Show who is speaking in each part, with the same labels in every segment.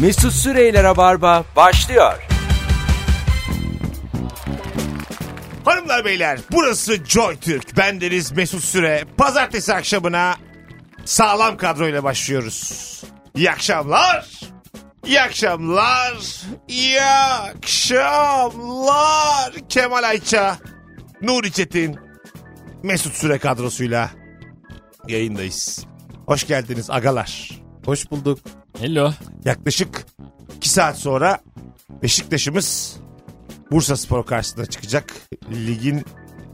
Speaker 1: Mesut Süreyler'e barba başlıyor.
Speaker 2: Hanımlar beyler burası Joy Türk. Bendeniz Mesut Süre. Pazartesi akşamına sağlam kadroyla başlıyoruz. İyi akşamlar. İyi akşamlar. İyi akşamlar. Kemal Ayça, Nuri Çetin, Mesut Süre kadrosuyla yayındayız. Hoş geldiniz agalar.
Speaker 3: Hoş bulduk.
Speaker 4: Hello.
Speaker 2: Yaklaşık 2 saat sonra Beşiktaş'ımız Bursa Spor karşısına çıkacak. Ligin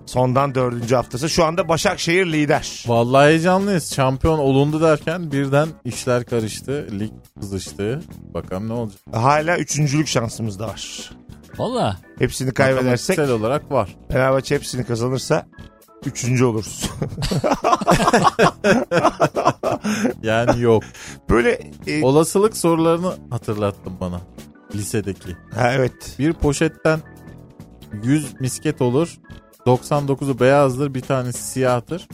Speaker 2: sondan dördüncü haftası. Şu anda Başakşehir lider.
Speaker 3: Vallahi heyecanlıyız. Şampiyon olundu derken birden işler karıştı. Lig kızıştı. Bakalım ne olacak.
Speaker 2: Hala üçüncülük şansımız da var.
Speaker 4: Valla.
Speaker 2: Hepsini kaybedersek,
Speaker 3: Matematiksel olarak var.
Speaker 2: Fenerbahçe hepsini kazanırsa üçüncü oluruz.
Speaker 3: Yani yok.
Speaker 2: Böyle e,
Speaker 3: Olasılık sorularını hatırlattın bana. Lisedeki.
Speaker 2: ha, evet.
Speaker 3: Bir poşetten 100 misket olur. 99'u beyazdır bir tanesi siyahtır.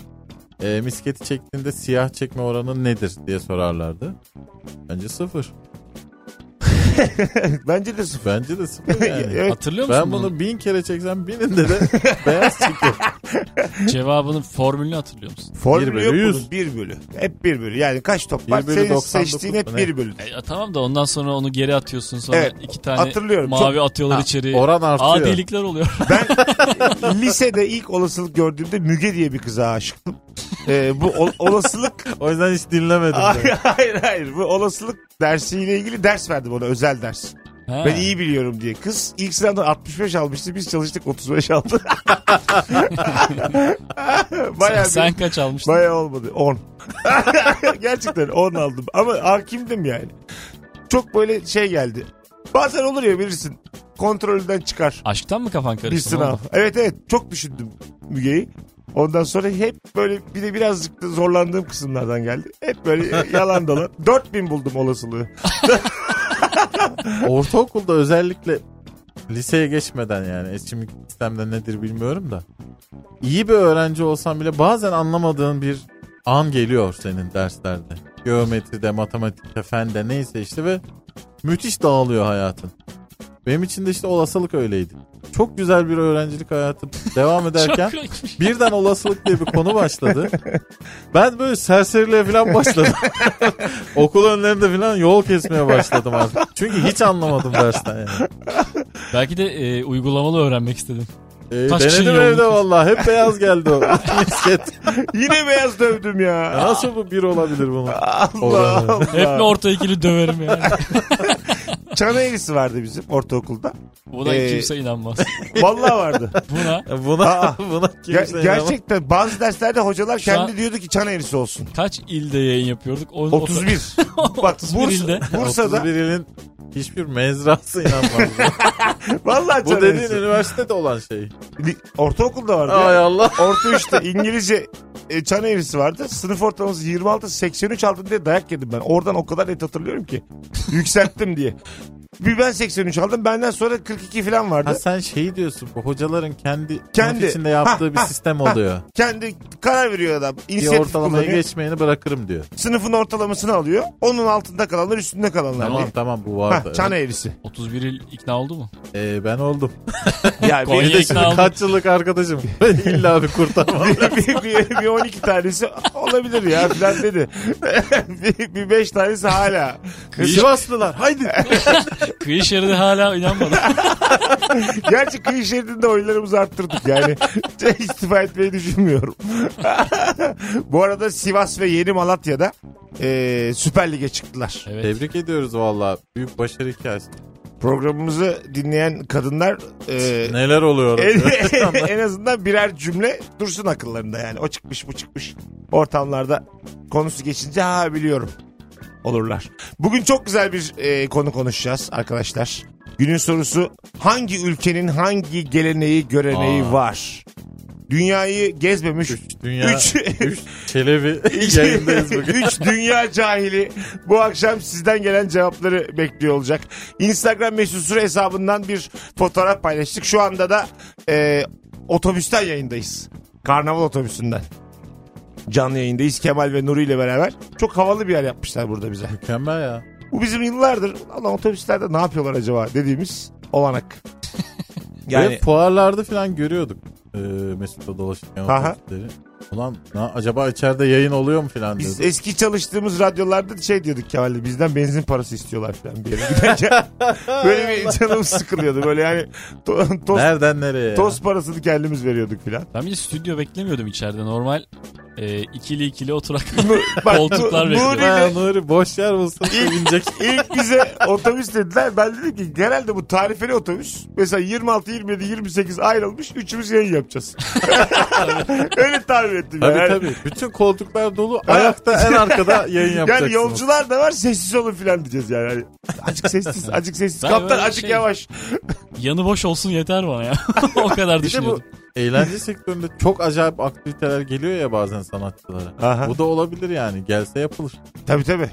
Speaker 3: E, misketi çektiğinde siyah çekme oranı nedir diye sorarlardı. Bence sıfır.
Speaker 2: Bence de sıfır.
Speaker 3: Bence de sıfır yani.
Speaker 2: Evet.
Speaker 4: Hatırlıyor musun
Speaker 3: ben
Speaker 4: bunun
Speaker 3: bunu bin kere çeksem bininde de beyaz çıkıyor.
Speaker 4: cevabının formülünü hatırlıyor musun?
Speaker 2: Formülü
Speaker 3: bir bölü
Speaker 2: yok bunun.
Speaker 3: yüz.
Speaker 2: Bir bölü. Hep bir bölü. Yani kaç top
Speaker 3: Bir
Speaker 2: var?
Speaker 3: bölü
Speaker 2: Senin
Speaker 3: 99
Speaker 2: seçtiğin hep
Speaker 3: mu ne?
Speaker 2: bir bölü.
Speaker 4: E, tamam da ondan sonra onu geri atıyorsun sonra
Speaker 2: Evet,
Speaker 4: iki tane
Speaker 2: hatırlıyorum.
Speaker 4: mavi atıyorlar içeri.
Speaker 3: Oran artıyor.
Speaker 4: Adilikler oluyor.
Speaker 2: Ben lisede ilk olasılık gördüğümde Müge diye bir kıza aşıktım. Ee, bu ol- olasılık
Speaker 3: O yüzden hiç dinlemedim.
Speaker 2: hayır,
Speaker 3: de.
Speaker 2: hayır hayır bu olasılık dersiyle ilgili ders verdim ona özel ders.
Speaker 4: Ha.
Speaker 2: Ben iyi biliyorum diye. Kız ilk sınavdan 65 almıştı biz çalıştık 35 aldı.
Speaker 4: sen,
Speaker 2: bayağı
Speaker 4: sen
Speaker 2: bir,
Speaker 4: kaç almıştın?
Speaker 2: bayağı olmadı 10. Gerçekten 10 aldım ama hakimdim yani. Çok böyle şey geldi. Bazen olur ya bilirsin kontrolden çıkar.
Speaker 4: Aşktan mı kafan karıştı?
Speaker 2: Bir
Speaker 4: Ne
Speaker 2: sınav.
Speaker 4: oldu?
Speaker 2: Evet evet çok düşündüm Müge'yi. Ondan sonra hep böyle bir de birazcık da zorlandığım kısımlardan geldi. Hep böyle yalan dolan. 4000 buldum olasılığı.
Speaker 3: Ortaokulda özellikle liseye geçmeden yani şimdi sistemde nedir bilmiyorum da. İyi bir öğrenci olsan bile bazen anlamadığın bir an geliyor senin derslerde. Geometride, matematikte, fende neyse işte ve müthiş dağılıyor hayatın. Benim için de işte olasılık öyleydi. Çok güzel bir öğrencilik hayatı devam ederken
Speaker 4: Çok korkunç.
Speaker 3: Birden olasılık diye bir konu başladı. Ben böyle serseriliğe falan başladım. Okul önlerinde falan yol kesmeye başladım artık. Çünkü hiç anlamadım dersten yani.
Speaker 4: Belki de e, uygulamalı öğrenmek istedim.
Speaker 3: Ee,
Speaker 4: Taş
Speaker 3: denedim
Speaker 4: çiziyor
Speaker 3: evde
Speaker 4: bu.
Speaker 3: vallahi. Hep beyaz geldi o misket.
Speaker 2: Yine beyaz dövdüm ya.
Speaker 3: Nasıl bu bir olabilir bunun?
Speaker 2: Allah
Speaker 3: Oranı.
Speaker 2: Allah.
Speaker 4: Hep mi orta ikili döverim yani?
Speaker 2: Çan eğrisi vardı bizim ortaokulda.
Speaker 4: Buna
Speaker 2: Ee,
Speaker 4: kimse inanmaz.
Speaker 2: Vallahi vardı.
Speaker 4: Buna
Speaker 3: Buna,
Speaker 2: Aa.
Speaker 3: buna
Speaker 2: Ger-
Speaker 3: kimse inanamaz.
Speaker 2: gerçekten bazı derslerde hocalar
Speaker 4: Şu
Speaker 2: kendi
Speaker 4: an-
Speaker 2: diyordu ki çan eğrisi olsun.
Speaker 4: kaç ilde yayın yapıyorduk? O,
Speaker 2: 31. Bak
Speaker 4: 31 ilde.
Speaker 2: Bursa, Bursa'da
Speaker 3: 31 ilin hiçbir mezrası inanmaz.
Speaker 2: vallahi
Speaker 3: bu
Speaker 2: çan
Speaker 3: dediğin
Speaker 2: eğrisi.
Speaker 3: üniversitede olan şey.
Speaker 2: Li- Ortaokulda vardı. ya.
Speaker 3: Ay Allah.
Speaker 2: Orta üçte İngilizce e, çan eğrisi vardı. Sınıf ortalaması 26 83 aldım diye dayak yedim ben. Oradan o kadar net hatırlıyorum ki. Yükselttim diye. Bir ben 83 aldım. Benden sonra 42 falan vardı.
Speaker 3: Ha sen şeyi diyorsun bu hocaların kendi,
Speaker 2: Kendi.
Speaker 3: kendi. içinde yaptığı
Speaker 2: Ha,
Speaker 3: bir
Speaker 2: ha,
Speaker 3: sistem
Speaker 2: ha.
Speaker 3: oluyor.
Speaker 2: Kendi karar veriyor adam.
Speaker 3: Bir
Speaker 2: İnisiyatif
Speaker 3: ortalamayı
Speaker 2: kullanıyor.
Speaker 3: geçmeyeni bırakırım diyor.
Speaker 2: Sınıfın ortalamasını alıyor. Onun altında kalanlar üstünde kalanlar.
Speaker 3: Tamam
Speaker 2: diye.
Speaker 3: tamam bu
Speaker 2: Hah,
Speaker 3: vardı.
Speaker 2: çan eğrisi.
Speaker 4: 31 il ikna oldu mu?
Speaker 3: Ee, ben oldum.
Speaker 2: Ya
Speaker 4: Konya
Speaker 2: bir,
Speaker 3: Bir de
Speaker 4: ikna
Speaker 3: şimdi
Speaker 4: oldu.
Speaker 3: kaç yıllık arkadaşım. İlla bir kurtarma.
Speaker 2: bir, bir, bir 12 tanesi olabilir ya falan dedi. bir, bir 5 tanesi hala.
Speaker 3: Sivaslılar haydi.
Speaker 4: Kıyı şeridi hala inanmadı.
Speaker 2: Gerçi kıyı şeridinde oylarımızı arttırdık yani. İstifa etmeyi düşünmüyorum. Bu arada Sivas ve Yeni Malatya'da e, Süper Lig'e çıktılar.
Speaker 4: Evet.
Speaker 3: Tebrik ediyoruz valla. Büyük başarı hikayesi.
Speaker 2: Programımızı dinleyen kadınlar e,
Speaker 3: Neler oluyor?
Speaker 2: en,
Speaker 3: orada?
Speaker 2: en azından birer cümle dursun akıllarında yani. O çıkmış bu çıkmış. Ortamlarda konusu geçince ha biliyorum olurlar. Bugün çok güzel bir e, konu konuşacağız arkadaşlar. Günün sorusu hangi ülkenin hangi geleneği göreneği
Speaker 3: Aa.
Speaker 2: var? Dünyayı gezmemiş
Speaker 3: Üç dünya.
Speaker 2: Üç.
Speaker 3: Üç. Çelebi
Speaker 2: İki-
Speaker 3: yayındayız bugün.
Speaker 2: Üç dünya cahili bu akşam sizden gelen cevapları bekliyor olacak. Instagram mesut süre hesabından bir fotoğraf paylaştık. Şu anda da e, otobüsten yayındayız. Karnaval otobüsünden. Canlı yayındayız Kemal ve Nuri ile beraber. Çok havalı bir yer yapmışlar burada bize.
Speaker 3: Mükemmel ya.
Speaker 2: Bu bizim yıllardır Allah otobüslerde ne yapıyorlar acaba dediğimiz olanak.
Speaker 3: Ve
Speaker 2: Yani
Speaker 3: fuarlarda falan görüyorduk e, Mesut'la dolaşırken
Speaker 2: Aha.
Speaker 3: otobüsleri. Ulan na- acaba içeride yayın oluyor mu falan
Speaker 2: biz
Speaker 3: diyorduk.
Speaker 2: eski çalıştığımız radyolarda şey diyorduk Kemal'de bizden benzin parası istiyorlar falan bir yere giderken. böyle bir canım sıkılıyordu böyle yani to- tost,
Speaker 3: Nereden nereye? ya?
Speaker 2: e- tost parasını kendimiz veriyorduk falan.
Speaker 4: Ben bir de stüdyo beklemiyordum içeride. Normal e, ikili ikili oturak.
Speaker 2: Bak,
Speaker 4: Koltuklar
Speaker 2: Nu-
Speaker 4: bekliyor.
Speaker 2: Nuri'yle
Speaker 3: Ha, Nuri boş yer bulsun sevinecek.
Speaker 2: İlk bize otobüs dediler. Ben dedim ki genelde bu tarifeli otobüs mesela 26, 27, 28 ayrılmış. Üçümüz yayın yapacağız. Öyle tahmin ettim.
Speaker 3: Tabii
Speaker 2: yani.
Speaker 3: tabii. Bütün koltuklar dolu. Ayakta en arkada yayın
Speaker 2: Yani
Speaker 3: yapacaksınız.
Speaker 2: yolcular da var sessiz olun filan diyeceğiz yani. Hani Acık sessiz, acık sessiz.
Speaker 4: Ben
Speaker 2: Kaptan
Speaker 4: böyle
Speaker 2: acık
Speaker 4: şey-
Speaker 2: yavaş.
Speaker 4: Yanı boş olsun yeter bana ya. o kadar
Speaker 3: Bir de bu
Speaker 4: düşünüyordum.
Speaker 3: eğlence sektöründe çok acayip aktiviteler geliyor ya bazen sanatçılara.
Speaker 2: Aha.
Speaker 3: Bu da olabilir yani. Gelse yapılır.
Speaker 2: Tabii tabii.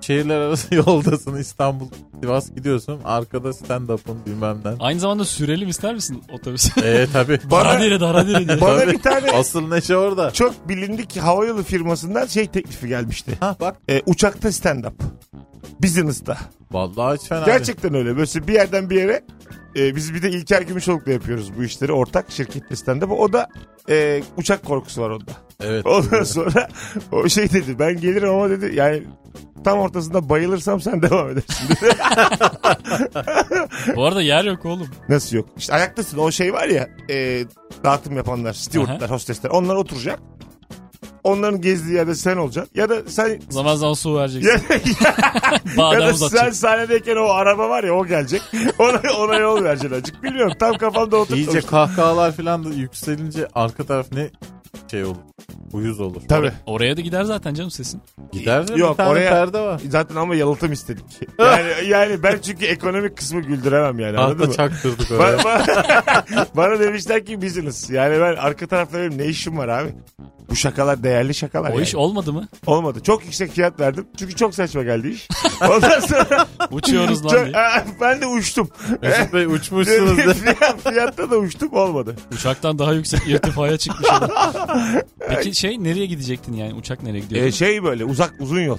Speaker 3: Şehirler arası yoldasın İstanbul, Sivas gidiyorsun. Arkada stand-up'ın bilmem ne.
Speaker 4: Aynı zamanda sürelim ister misin otobüs?
Speaker 3: Eee tabii.
Speaker 2: Bana,
Speaker 4: Haradere de haradere diye.
Speaker 2: bana
Speaker 3: Tabii.
Speaker 2: bir tane
Speaker 3: Asıl neşe orada.
Speaker 2: çok bilindik havayolu firmasından şey teklifi gelmişti.
Speaker 3: Ha bak.
Speaker 2: Ee, uçakta stand-up. Business'ta.
Speaker 3: Vallahi hiç fena değil.
Speaker 2: Gerçekten öyle. Böyle bir yerden bir yere e, biz bir de İlker Gümüşoluk'la yapıyoruz bu işleri. Ortak şirketle stand-up. O da e, uçak korkusu var onda.
Speaker 3: Evet.
Speaker 2: Ondan sonra o şey dedi ben gelirim ama dedi yani tam ortasında bayılırsam sen devam edersin.
Speaker 4: Bu arada yer yok oğlum.
Speaker 2: Nasıl yok? İşte ayaktasın o şey var ya e, dağıtım yapanlar, stewardlar, hostesler onlar oturacak. Onların gezdiği yerde sen olacaksın. Ya da sen
Speaker 4: Zaman zaman su
Speaker 2: ya,
Speaker 4: vereceksin.
Speaker 2: ya- ya
Speaker 4: Badem
Speaker 2: da sen
Speaker 4: uzatacaksın.
Speaker 2: sahnedeyken o araba var ya o gelecek. Ona, ona yol vereceksin azıcık. Bilmiyorum tam kafamda oturtmamıştım.
Speaker 3: İyice kahkahalar falan da yükselince arka taraf ne şey olur. Uyuz olur.
Speaker 2: Tabii.
Speaker 4: Oraya da gider zaten canım sesin.
Speaker 3: Gider de
Speaker 2: Yok,
Speaker 3: bir tane
Speaker 2: oraya-
Speaker 3: perde var.
Speaker 2: Zaten ama yalıtım istedik. Yani, yani ben çünkü ekonomik kısmı güldüremem yani
Speaker 4: Ah,
Speaker 2: anladın
Speaker 3: Arka
Speaker 2: mı?
Speaker 3: çaktırdık
Speaker 2: Bana,
Speaker 3: oraya.
Speaker 2: bana- bana demişler ki business. Yani ben arka tarafta benim ne işim var abi? Bu şakalar değerli şakalar.
Speaker 4: O
Speaker 2: yani.
Speaker 4: iş olmadı mı?
Speaker 2: Olmadı. Çok yüksek fiyat verdim. Çünkü çok saçma geldi iş. Ondan sonra
Speaker 4: Uçuyoruz lan
Speaker 2: çok-
Speaker 4: diye.
Speaker 2: Aa, ben de uçtum.
Speaker 3: Mesut Bey uçmuşsunuz de.
Speaker 2: Fiyat, fiyatta da uçtum olmadı.
Speaker 4: Uçaktan daha yüksek irtifaya çıkmış adam. Peki şey nereye gidecektin yani? Uçak nereye gidiyordu?
Speaker 2: Ee, şey böyle uzak uzun yol.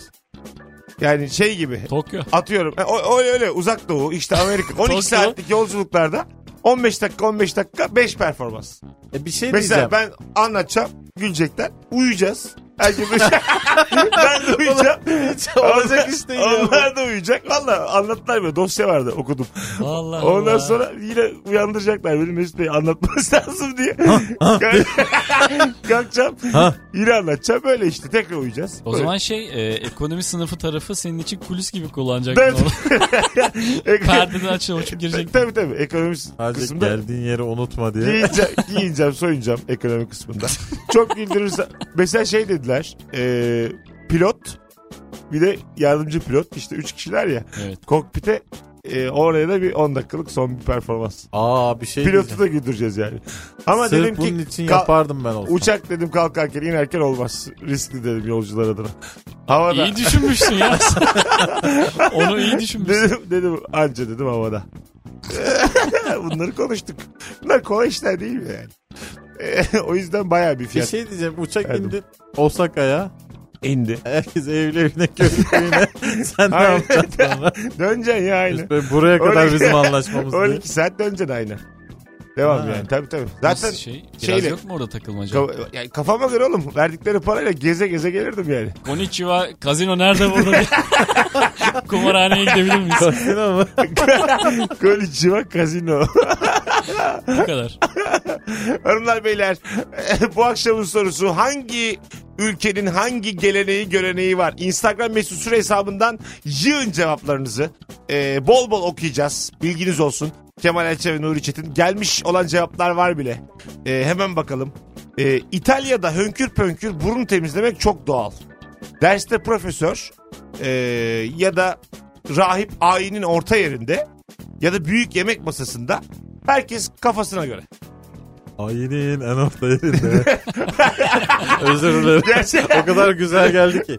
Speaker 2: Yani şey gibi.
Speaker 4: Tokyo.
Speaker 2: Atıyorum. E, O, öyle öyle uzak doğu işte Amerika 12
Speaker 4: Tokyo.
Speaker 2: saatlik yolculuklarda 15 dakika 15 dakika 5 performans.
Speaker 3: E bir şey
Speaker 2: Mesela
Speaker 3: diyeceğim.
Speaker 2: ben anlatacağım gülecekler uyuyacağız. Herkes şey- ben de uyuyacağım.
Speaker 3: olacak iş değil ya bu.
Speaker 2: Onlar da uyuyacak. Valla anlattılar böyle dosya vardı okudum.
Speaker 4: Allah
Speaker 2: Ondan
Speaker 4: Allah.
Speaker 2: sonra yine uyandıracaklar beni Mesut Bey anlatması lazım diye. Kalkacağım
Speaker 3: Ha.
Speaker 2: yine anlatacağım böyle işte tekrar uyuyacağız.
Speaker 4: O
Speaker 2: Böyle.
Speaker 4: zaman şey e, ekonomi sınıfı tarafı senin için kulis gibi kullanacaksın.
Speaker 2: Evet.
Speaker 4: onu.
Speaker 2: Ek-
Speaker 4: Perdeden açıp açıp girecek.
Speaker 2: Tabii tabii ekonomist
Speaker 3: Sadece
Speaker 2: kısmında
Speaker 3: geldiğin yeri unutma diye.
Speaker 2: Giyince, giyineceğim, soyunacağım ekonomi kısmında. Çok güldürürse. Mesela şey dediler. e, pilot bir de yardımcı pilot. işte üç kişiler ya.
Speaker 4: Evet.
Speaker 2: Kokpite e, oraya da bir 10 dakikalık son bir performans.
Speaker 3: Aa bir şey
Speaker 2: Pilotu
Speaker 3: diyeceğim.
Speaker 2: da güldüreceğiz yani. Ama
Speaker 3: Sırf
Speaker 2: dedim
Speaker 3: bunun
Speaker 2: ki
Speaker 3: için
Speaker 2: kal-
Speaker 3: yapardım ben olsam.
Speaker 2: uçak dedim kalkarken inerken olmaz. Riskli dedim yolcular adına. Havada.
Speaker 4: İyi düşünmüşsün ya. Onu iyi düşünmüşsün.
Speaker 2: Dedim, dedim anca dedim havada. Bunları konuştuk. Bunlar kolay işler değil mi yani? E, o yüzden bayağı bir
Speaker 3: Bir
Speaker 2: fiyat
Speaker 3: şey diyeceğim. Uçak
Speaker 2: Verdim.
Speaker 3: indi Osaka'ya.
Speaker 2: indi.
Speaker 3: Herkes evli evine köprüyüne. Sen ne
Speaker 2: Aynen.
Speaker 3: yapacaksın sonra?
Speaker 2: Döneceksin ya aynı.
Speaker 3: Mesut Bey, buraya kadar
Speaker 2: Oraya-
Speaker 3: bizim anlaşmamız diye.
Speaker 2: 12 saat döneceksin aynı. Devam
Speaker 3: Ha.
Speaker 2: yani tabii tabii. Zaten
Speaker 4: Nasıl şey, biraz
Speaker 2: şeyle-
Speaker 4: yok mu orada takılmaca?
Speaker 2: ka- yani kafama göre oğlum verdikleri parayla geze geze gelirdim yani.
Speaker 4: Konichiwa kazino nerede burada diye. Kumarhaneye gidebilir miyiz?
Speaker 3: Baksana ama.
Speaker 2: Konnichiwa Casino.
Speaker 4: Bu kadar.
Speaker 2: Hanımlar beyler bu akşamın sorusu hangi ülkenin hangi geleneği göreneği var? Instagram mesut süre hesabından yığın cevaplarınızı. Ee, bol bol okuyacağız. Bilginiz olsun. Kemal Elçe ve Nuri Çetin. Gelmiş olan cevaplar var bile. Ee, hemen bakalım. Ee, İtalya'da hönkür pönkür burun temizlemek çok doğal. Derste profesör ee, ya da rahip ayinin orta yerinde ya da büyük yemek masasında herkes kafasına göre.
Speaker 3: Ayinin en orta yerinde. Özür dilerim.
Speaker 2: Gerçi-
Speaker 3: o kadar güzel geldi ki.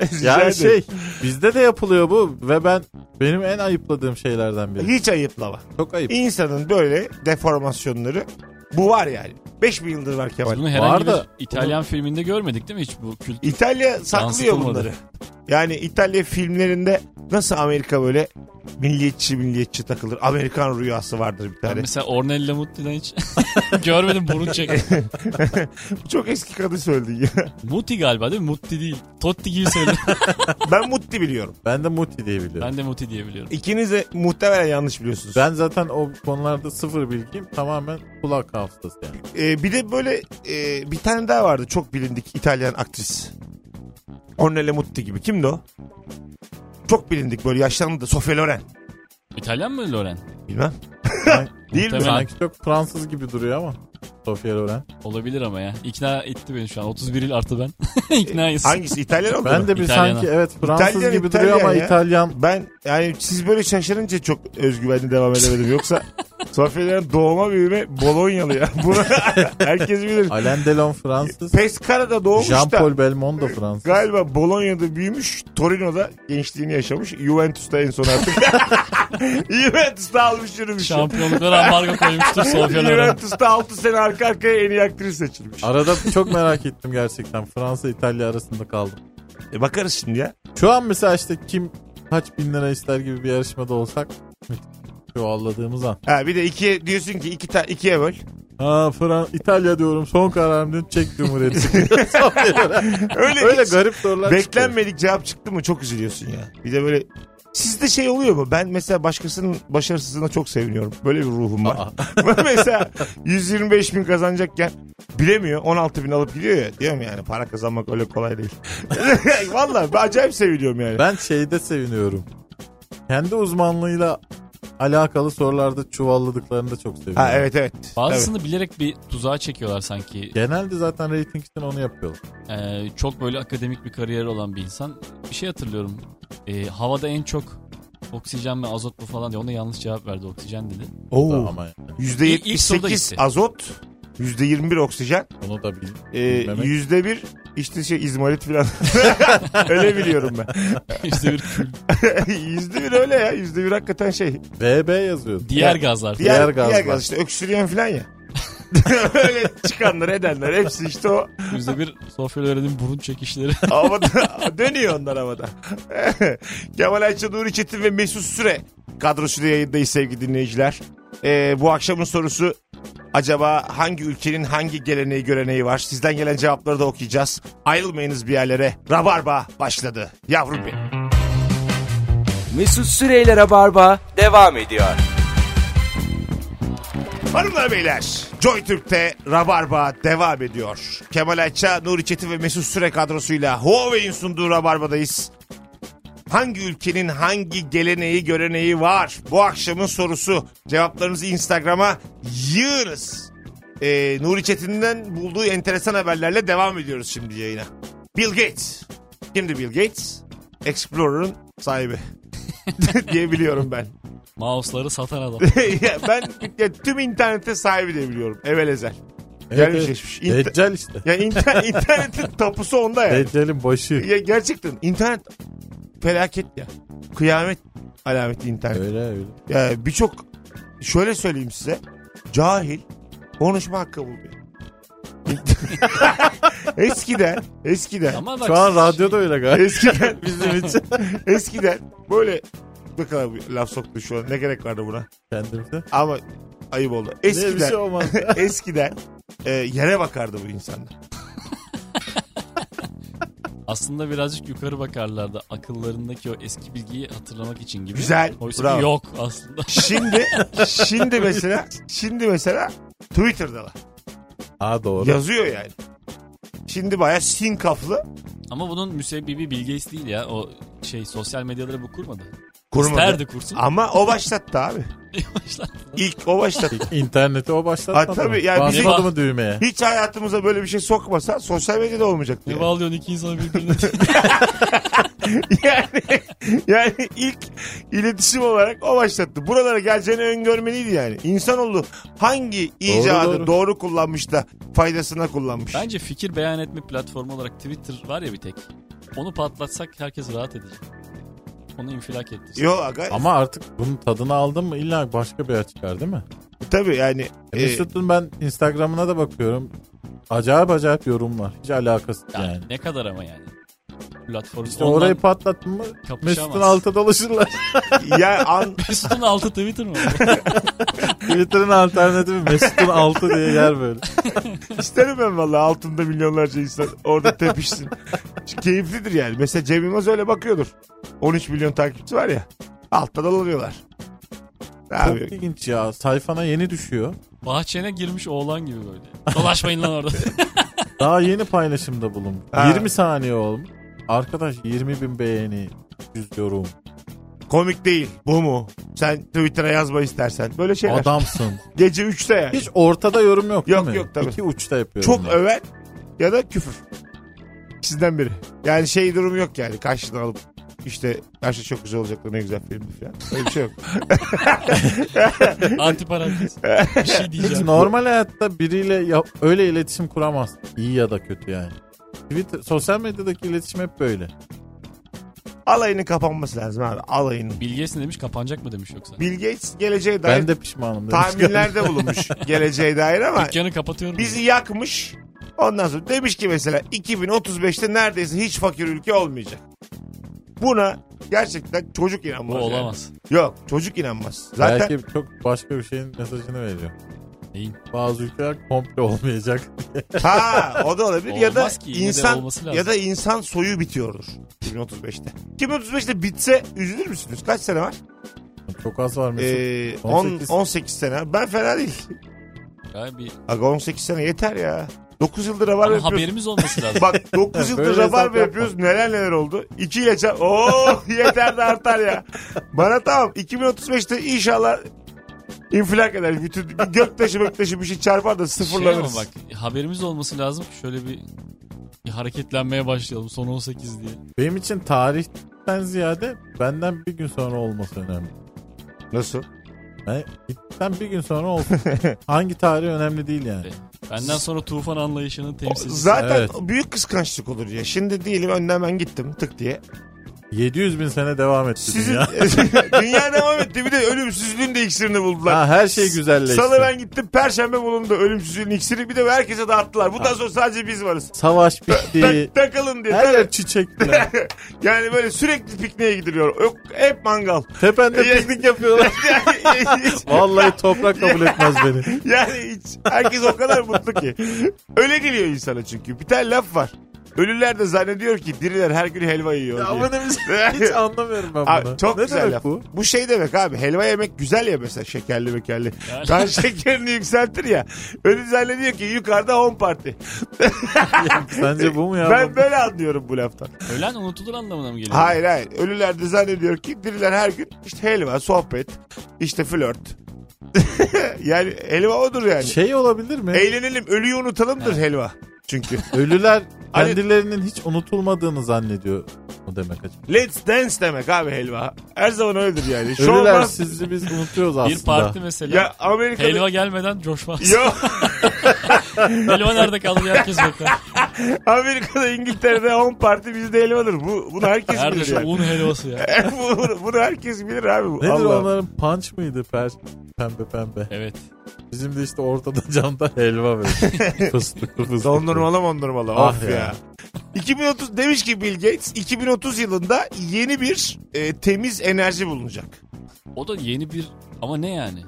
Speaker 2: Rica
Speaker 3: Yani
Speaker 2: ederim.
Speaker 3: şey bizde de yapılıyor bu ve ben benim en ayıpladığım şeylerden biri.
Speaker 2: Hiç ayıplama.
Speaker 3: Çok ayıp.
Speaker 2: İnsanın böyle deformasyonları bu var yani. 5000 yıldır var Kemal.
Speaker 4: Bunu herhangi
Speaker 3: Var da-
Speaker 4: bir İtalyan filminde görmedik değil mi hiç bu kült?
Speaker 2: İtalya saklıyor
Speaker 4: Yansıtılmadı.
Speaker 2: bunları. Yani İtalya filmlerinde nasıl Amerika böyle milliyetçi milliyetçi takılır. Amerikan rüyası vardır bir
Speaker 4: Ben
Speaker 2: tane.
Speaker 4: mesela Ornella Mutlu'dan hiç görmedim burun çek.
Speaker 2: Çok eski kadın söyledin ya.
Speaker 4: Muti galiba değil mi? Mutti değil. Totti gibi söyledim.
Speaker 2: ben Mutti biliyorum.
Speaker 3: Ben de Muti diye biliyorum.
Speaker 4: ben de Muti diye biliyorum.
Speaker 2: İkiniz de muhtemelen yanlış biliyorsunuz.
Speaker 3: Ben zaten o konularda sıfır bilgiyim. Tamamen kulak hafızası yani.
Speaker 2: Ee, bir de böyle e, bir tane daha vardı çok bilindik İtalyan aktris. Ornella Mutti gibi. Kimdi o? Çok bilindik böyle yaşlandı da Sofia Loren.
Speaker 4: İtalyan mı Loren?
Speaker 2: Bilmem.
Speaker 3: Ben-
Speaker 2: Değil mi?
Speaker 4: Muhtemelen.
Speaker 3: Sanki çok Fransız gibi duruyor ama. Sofia Loren.
Speaker 4: Olabilir ama ya. İkna etti beni şu an. 31 yıl artı ben.
Speaker 2: E,
Speaker 4: İknayız.
Speaker 2: Hangisi? İtalyan oldu mu?
Speaker 3: Ben de bir
Speaker 4: İtalyan.
Speaker 3: sanki evet Fransız
Speaker 2: İtalyan,
Speaker 3: gibi
Speaker 2: İtalyan
Speaker 3: duruyor ama
Speaker 2: ya.
Speaker 3: İtalyan.
Speaker 2: Ben yani siz böyle şaşırınca çok özgüvenli devam edemedim. Yoksa Sofya'dan doğma büyüme Bolonyalı ya. Bunu herkes bilir.
Speaker 3: Alain Delon Fransız.
Speaker 2: Pescara'da doğmuş da
Speaker 3: Jean-Paul Belmondo Fransız.
Speaker 2: galiba Bolonya'da büyümüş. Torino'da gençliğini yaşamış. Juventus'ta en son artık. Juventus'ta almış yürümüş.
Speaker 4: Şampiyonluklara ambargo koymuştur Sofya Loren.
Speaker 2: Juventus'ta 6 sene arka arkaya en iyi aktris seçilmiş.
Speaker 3: Arada çok merak ettim gerçekten. Fransa İtalya arasında kaldım.
Speaker 2: E bakarız şimdi ya.
Speaker 3: Şu an mesela işte kim kaç bin lira ister gibi bir yarışmada olsak çuvalladığımız an.
Speaker 2: Ha bir de ikiye diyorsun ki iki ta, ikiye böl.
Speaker 3: Ha Fran İtalya diyorum son kararım dün Çek Cumhuriyeti. Sofya Loren.
Speaker 2: Öyle,
Speaker 3: Öyle
Speaker 2: hiç-
Speaker 3: garip sorular çıkıyor.
Speaker 2: Beklenmedik cevap çıktı mı çok üzülüyorsun ya. Bir de böyle sizde şey oluyor mu? Ben mesela başkasının başarısızlığına çok seviniyorum. Böyle bir ruhum var. mesela 125 bin kazanacakken bilemiyor 16 bin alıp gidiyor ya. Diyorum yani para kazanmak öyle kolay değil. Valla ben acayip seviniyorum yani.
Speaker 3: Ben şeyde seviniyorum. Kendi uzmanlığıyla alakalı sorularda çuvalladıklarında çok seviyorum.
Speaker 2: Ha evet evet.
Speaker 4: Bazısını bilerek bir tuzağa çekiyorlar sanki.
Speaker 3: Genelde zaten reyting için onu yapıyorlar.
Speaker 4: Ee, çok böyle akademik bir kariyer olan bir insan. Bir şey hatırlıyorum. Ee, havada en çok oksijen ve azot mu falan diye ona yanlış cevap verdi oksijen dedi.
Speaker 3: O da
Speaker 2: Oo.
Speaker 3: Ama yani
Speaker 4: İlk- ilk soruda
Speaker 2: %78
Speaker 4: gitti.
Speaker 2: azot, %21 oksijen,
Speaker 3: onu da bil.
Speaker 2: e,
Speaker 3: Bilmemek.
Speaker 2: %1 işte şey izmarit falan. öyle biliyorum ben.
Speaker 4: işte bir kül.
Speaker 2: %1 öyle ya. %1 hakikaten şey
Speaker 3: BB yazıyordu.
Speaker 4: Diğer
Speaker 2: Ya,
Speaker 4: gazlar.
Speaker 2: Diğer, diğer
Speaker 3: Diğer
Speaker 2: gaz,
Speaker 3: gaz var.
Speaker 2: işte öksürüyen falan ya. Öyle çıkanlar edenler hepsi işte o
Speaker 4: Yüzde bir Sofya Loren'in burun çekişleri.
Speaker 2: havada dönüyor onlar havada. Kemal Ayça, Nuri Çetin ve Mesut Süre kadrosuyla yayındayız sevgili dinleyiciler. Ee, bu akşamın sorusu acaba hangi ülkenin hangi geleneği göreneği var? Sizden gelen cevapları da okuyacağız. Ayrılmayınız bir yerlere. Rabarba başladı. Yavrum benim.
Speaker 1: Mesut Süreyler'e barba devam ediyor.
Speaker 2: Hanımlar beyler Joy Türk'te Rabarba devam ediyor. Kemal Ayça, Nuri Çetin ve Mesut Süre kadrosuyla Huawei'in sunduğu Rabarba'dayız. Hangi ülkenin hangi geleneği göreneği var? Bu akşamın sorusu. Cevaplarınızı Instagram'a yığınız. Ee, Nuri Çetin'den bulduğu enteresan haberlerle devam ediyoruz şimdi yayına. Bill Gates. Kimdi Bill Gates? Explorer'ın sahibi diye biliyorum ben.
Speaker 4: Mouse'ları satan adam.
Speaker 2: Ya ben ya tüm internete sahibi diye biliyorum. Evvel ezel. Gelmiş geçmiş. İnter-
Speaker 3: Deccal işte.
Speaker 2: Ya inter- internetin tapusu onda ya.
Speaker 3: Deccal'in başı.
Speaker 2: ya. Gerçekten internet felaket ya. Kıyamet alameti internet.
Speaker 3: Öyle öyle.
Speaker 2: Ya birçok şöyle söyleyeyim size. Cahil konuşma hakkı bulmuyor. eskiden, eskiden,
Speaker 4: Ama bak,
Speaker 3: Şu an radyoda
Speaker 2: şey-
Speaker 3: öyle galiba.
Speaker 2: eskiden,
Speaker 3: Bizim için.
Speaker 2: eskiden böyle ne kadar bir laf soktu şu an. Ne gerek vardı buna?
Speaker 3: Kendimize.
Speaker 2: Ama ayıp oldu.
Speaker 3: Eskiden. bir
Speaker 2: Eskiden
Speaker 3: şey olmaz.
Speaker 2: eskiden e, yere bakardı bu insanlar.
Speaker 4: aslında birazcık yukarı bakarlardı. Akıllarındaki o eski bilgiyi hatırlamak için gibi.
Speaker 2: Güzel,
Speaker 4: Oysa
Speaker 2: bravo.
Speaker 4: ki yok aslında.
Speaker 2: Şimdi şimdi mesela şimdi mesela Twitter'dalar.
Speaker 3: Aa doğru.
Speaker 2: Yazıyor yani. Şimdi baya sin kaflı
Speaker 4: Ama bunun müsebbibi Bill Gates değil ya. O şey sosyal medyaları bu kurmadı.
Speaker 2: kurmadı. Ah.
Speaker 4: İsterdi kursun.
Speaker 2: Ama o başlattı abi.
Speaker 4: Başlar.
Speaker 2: İlk o başlattı.
Speaker 3: İnterneti o başlatmadı
Speaker 2: Ha, tabii,
Speaker 3: mı?
Speaker 2: yani
Speaker 4: bizim-
Speaker 3: Basmadı mı düğmeye?
Speaker 2: Hiç hayatımıza böyle bir şey sokmasa sosyal medyada olmayacaktı.
Speaker 4: Ne
Speaker 2: Yani.
Speaker 4: bağlıyorsun iki insanı birbirine?
Speaker 2: yani, yani ilk iletişim olarak o başlattı. Buralara geleceğini öngörmeliydi yani. İnsanoğlu hangi icadı doğru,
Speaker 3: doğru.
Speaker 2: kullanmış da faydasına kullanmış.
Speaker 4: Bence fikir beyan etme platformu olarak Twitter var ya bir tek. Onu patlatsak herkes rahat edecek. Onu infilak ettirsin.
Speaker 2: Yo aga
Speaker 3: Ama artık bunun tadını aldın mı illa başka bir yer çıkar değil mi?
Speaker 2: tabii yani.
Speaker 3: E,
Speaker 2: e,
Speaker 3: Mesut'un ben Instagram'ına da bakıyorum. Acayip acayip yorum var. Hiç alakası
Speaker 4: Yani
Speaker 3: yani.
Speaker 4: Ne kadar ama yani. platform.
Speaker 3: İşte
Speaker 4: Ondan
Speaker 3: orayı patlattın mı
Speaker 2: şey
Speaker 4: kapışamaz.
Speaker 3: Mesut'un altı dolaşırlar.
Speaker 2: e, ya an
Speaker 4: Mesut'un altı Twitter mı?
Speaker 3: Twitter'ın alternatifi Mesut'un altı diye yer böyle.
Speaker 2: isterim ben valla altında milyonlarca insan orada tepişsin. Çünkü keyiflidir yani. Mesela Cem Yılmaz öyle bakıyordur. 13 milyon takipçi var ya. Altta dolanıyorlar.
Speaker 3: Çok
Speaker 2: Abi
Speaker 3: ilginç ya. Sayfana yeni düşüyor.
Speaker 4: Bahçene girmiş oğlan gibi böyle. Dolaşmayın lan orada.
Speaker 3: Daha yeni paylaşımda bulun.
Speaker 2: Ha.
Speaker 3: 20 saniye olmuş. Arkadaş 20 bin beğeni. 100 yorum.
Speaker 2: komik değil. Bu mu? Sen Twitter'a yazma istersen. Böyle şeyler.
Speaker 3: Adamsın.
Speaker 2: Gece 3'te yani.
Speaker 3: Hiç ortada yorum yok değil
Speaker 2: Yok,
Speaker 3: mi?
Speaker 2: yok, tabii.
Speaker 3: İki uçta yapıyorum.
Speaker 2: Çok
Speaker 3: ben.
Speaker 2: öven ya da küfür. İkisinden biri. Yani şey durumu yok yani karşına alıp işte her şey çok güzel olacak ne güzel filmdi falan. Öyle bir şey yok.
Speaker 4: Antiparantez. Bir şey
Speaker 3: Hiç
Speaker 4: diyeceğim.
Speaker 3: normal hayatta biriyle ya- öyle iletişim kuramaz. İyi ya da kötü yani. Twitter, sosyal medyadaki iletişim hep böyle.
Speaker 2: Alayının kapanması lazım abi alayının.
Speaker 4: Bilgesin demiş kapanacak mı demiş yoksa.
Speaker 2: Bill Gates geleceğe dair
Speaker 3: Ben de pişmanım. demiş.
Speaker 2: tahminlerde bulunmuş geleceğe dair ama
Speaker 4: Dükkanı kapatıyorum.
Speaker 2: bizi yakmış. Ondan sonra demiş ki mesela 2035'te neredeyse hiç fakir ülke olmayacak. Buna gerçekten çocuk inanmaz.
Speaker 4: Bu
Speaker 2: yani.
Speaker 4: olamaz.
Speaker 2: Yok çocuk inanmaz. Zaten
Speaker 3: Belki çok başka bir şeyin mesajını veriyor.
Speaker 4: Neyin?
Speaker 3: Bazı ülkeler komple olmayacak.
Speaker 2: Ha o da olabilir ya da
Speaker 4: Olmaz ki, yine de
Speaker 2: insan
Speaker 4: olması lazım.
Speaker 2: ya da insan soyu bitiyordur 2035'te. 2035'te bitse üzülür müsünüz? Kaç sene var?
Speaker 3: Çok az var mesela.
Speaker 2: Ee, 18.
Speaker 3: 18.
Speaker 2: 18 sene. Ben fena değil.
Speaker 4: Ya bir
Speaker 2: Aga 18 sene yeter ya. 9 yıldır rabar
Speaker 4: Ama
Speaker 2: yapıyoruz.
Speaker 4: haberimiz olması lazım.
Speaker 2: Bak 9 yıldır
Speaker 3: Böyle hesap
Speaker 2: rabar
Speaker 3: yapma.
Speaker 2: yapıyoruz. Neler neler oldu. 2 ile çarp. Oo yeter de artar ya. Bana tamam 2035'te inşallah infilak eder. Bütün göktaşı göktaşı bir şey çarpar da
Speaker 4: şey ama
Speaker 2: sıfırlanırız.
Speaker 4: bak haberimiz olması lazım. Şöyle bir, bir hareketlenmeye başlayalım son 18 diye.
Speaker 3: Benim için tarihten ziyade benden bir gün sonra olması önemli.
Speaker 2: Nasıl?
Speaker 3: Yani gittikten bir gün sonra olsun. Hangi tarih önemli değil yani.
Speaker 4: Benden sonra tufan anlayışının temsilcisi.
Speaker 2: Zaten
Speaker 3: Evet.
Speaker 2: büyük kıskançlık olur ya. Şimdi diyelim önden ben gittim tık diye.
Speaker 3: 700 bin sene devam etti
Speaker 2: Sizin
Speaker 3: dünya.
Speaker 2: dünya devam etti. Bir de ölümsüzlüğün de iksirini buldular.
Speaker 3: Ha, her şey güzelleşti.
Speaker 2: Salı ben gittim. Perşembe bulundu ölümsüzlüğün iksiri. Bir de herkese dağıttılar. Bundan sonra sadece biz varız.
Speaker 3: Savaş
Speaker 2: Tak,
Speaker 3: bitti.
Speaker 2: takılın diye.
Speaker 3: her yer
Speaker 2: Evet.
Speaker 3: çiçekler.
Speaker 2: yani böyle sürekli pikniğe gidiliyor. Yok, hep mangal.
Speaker 3: Tepende
Speaker 2: Ya-
Speaker 3: piknik yapıyorlar.
Speaker 2: Yani hiç-
Speaker 3: Vallahi toprak kabul etmez beni.
Speaker 2: yani hiç. Herkes o kadar mutlu ki. Öyle geliyor insana çünkü. Bir tane laf var. Ölüler de zannediyor ki diriler her gün helva yiyor diye.
Speaker 3: Ama ne bileyim, hiç anlamıyorum ben bunu.
Speaker 2: Abi, çok
Speaker 3: ne
Speaker 2: güzel
Speaker 3: demek
Speaker 2: laf. Bu?
Speaker 3: bu?
Speaker 2: şey demek abi helva yemek güzel ya mesela şekerli mekerli.
Speaker 4: Yani.
Speaker 2: Kan şekerini yükseltir ya. Öyle zannediyor ki yukarıda home party.
Speaker 3: Sence bu mu ya?
Speaker 2: ben böyle anlıyorum bu laftan.
Speaker 4: Ölen unutulur anlamına mı geliyor?
Speaker 2: Hayır hayır ölüler de zannediyor ki diriler her gün işte helva sohbet işte flört. yani helva odur yani.
Speaker 3: Şey olabilir mi?
Speaker 2: Eğlenelim ölüyü unutalımdır helva. Çünkü
Speaker 3: Ölüler
Speaker 2: Hani-
Speaker 3: kendilerinin hiç unutulmadığını zannediyor. O demek acaba.
Speaker 2: let's dance demek abi helva. Her zaman öyledir yani. Şu
Speaker 3: Ölüler
Speaker 2: olmaz.
Speaker 3: sizi biz unutuyoruz aslında.
Speaker 4: Bir parti mesela.
Speaker 2: Ya Amerika'da...
Speaker 4: Helva gelmeden coşmaz.
Speaker 2: Yok.
Speaker 4: Helva nerede kaldı diye herkes bekler.
Speaker 2: Amerika'da İngiltere'de 10 parti bizde helvadır. Bu, bunu herkes
Speaker 4: Nerede
Speaker 2: bilir
Speaker 4: şu
Speaker 2: yani.
Speaker 4: un helvası ya?
Speaker 2: bunu, bunu herkes bilir abi.
Speaker 3: Nedir
Speaker 2: Allah.
Speaker 3: onların punch mıydı per pembe pembe?
Speaker 4: Evet.
Speaker 3: Bizim de işte ortada camda helva böyle. fıstıklı fıstıklı.
Speaker 2: Dondurmalı mondurmalı.
Speaker 3: Ah
Speaker 2: of ya.
Speaker 3: ya.
Speaker 2: 2030 demiş ki Bill Gates 2030 yılında yeni bir e, temiz enerji bulunacak.
Speaker 4: O da yeni bir ama ne yani?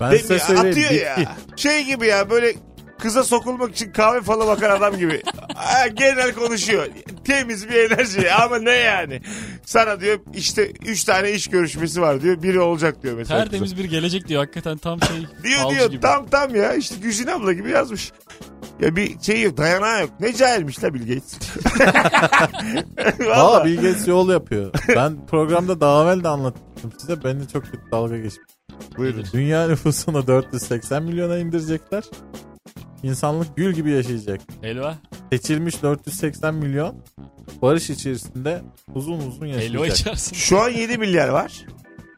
Speaker 3: Ben
Speaker 2: Değil mi
Speaker 3: size
Speaker 2: ya?
Speaker 3: söyleyeyim.
Speaker 2: Atıyor ya.
Speaker 3: bitki.
Speaker 2: Şey gibi ya böyle kıza sokulmak için kahve falan bakan adam gibi. Ha, Genel konuşuyor. Temiz bir enerji ama ne yani? Sana diyor işte 3 tane iş görüşmesi var diyor. Biri olacak diyor mesela. kıza.
Speaker 4: Tertemiz bir gelecek diyor. Hakikaten tam şey.
Speaker 2: Diyor
Speaker 4: falcı
Speaker 2: diyor
Speaker 4: gibi.
Speaker 2: tam tam ya işte Güzin abla gibi yazmış. Ya bir şey yok dayanağı yok. Ne cahilmiş la Bill Gates. Valla.
Speaker 3: Valla Bill Gates yol yapıyor. Ben programda daha evvel de anlattım size. Beni çok kötü dalga geçmiş.
Speaker 2: Buyurun.
Speaker 3: Dünya nüfusunu 480 milyona indirecekler. İnsanlık gül gibi yaşayacak.
Speaker 4: Helva.
Speaker 3: Seçilmiş 480 milyon barış içerisinde uzun uzun
Speaker 4: Helva
Speaker 2: şey.
Speaker 3: yaşayacak.
Speaker 4: içersin.
Speaker 2: Şu an 7 milyar var.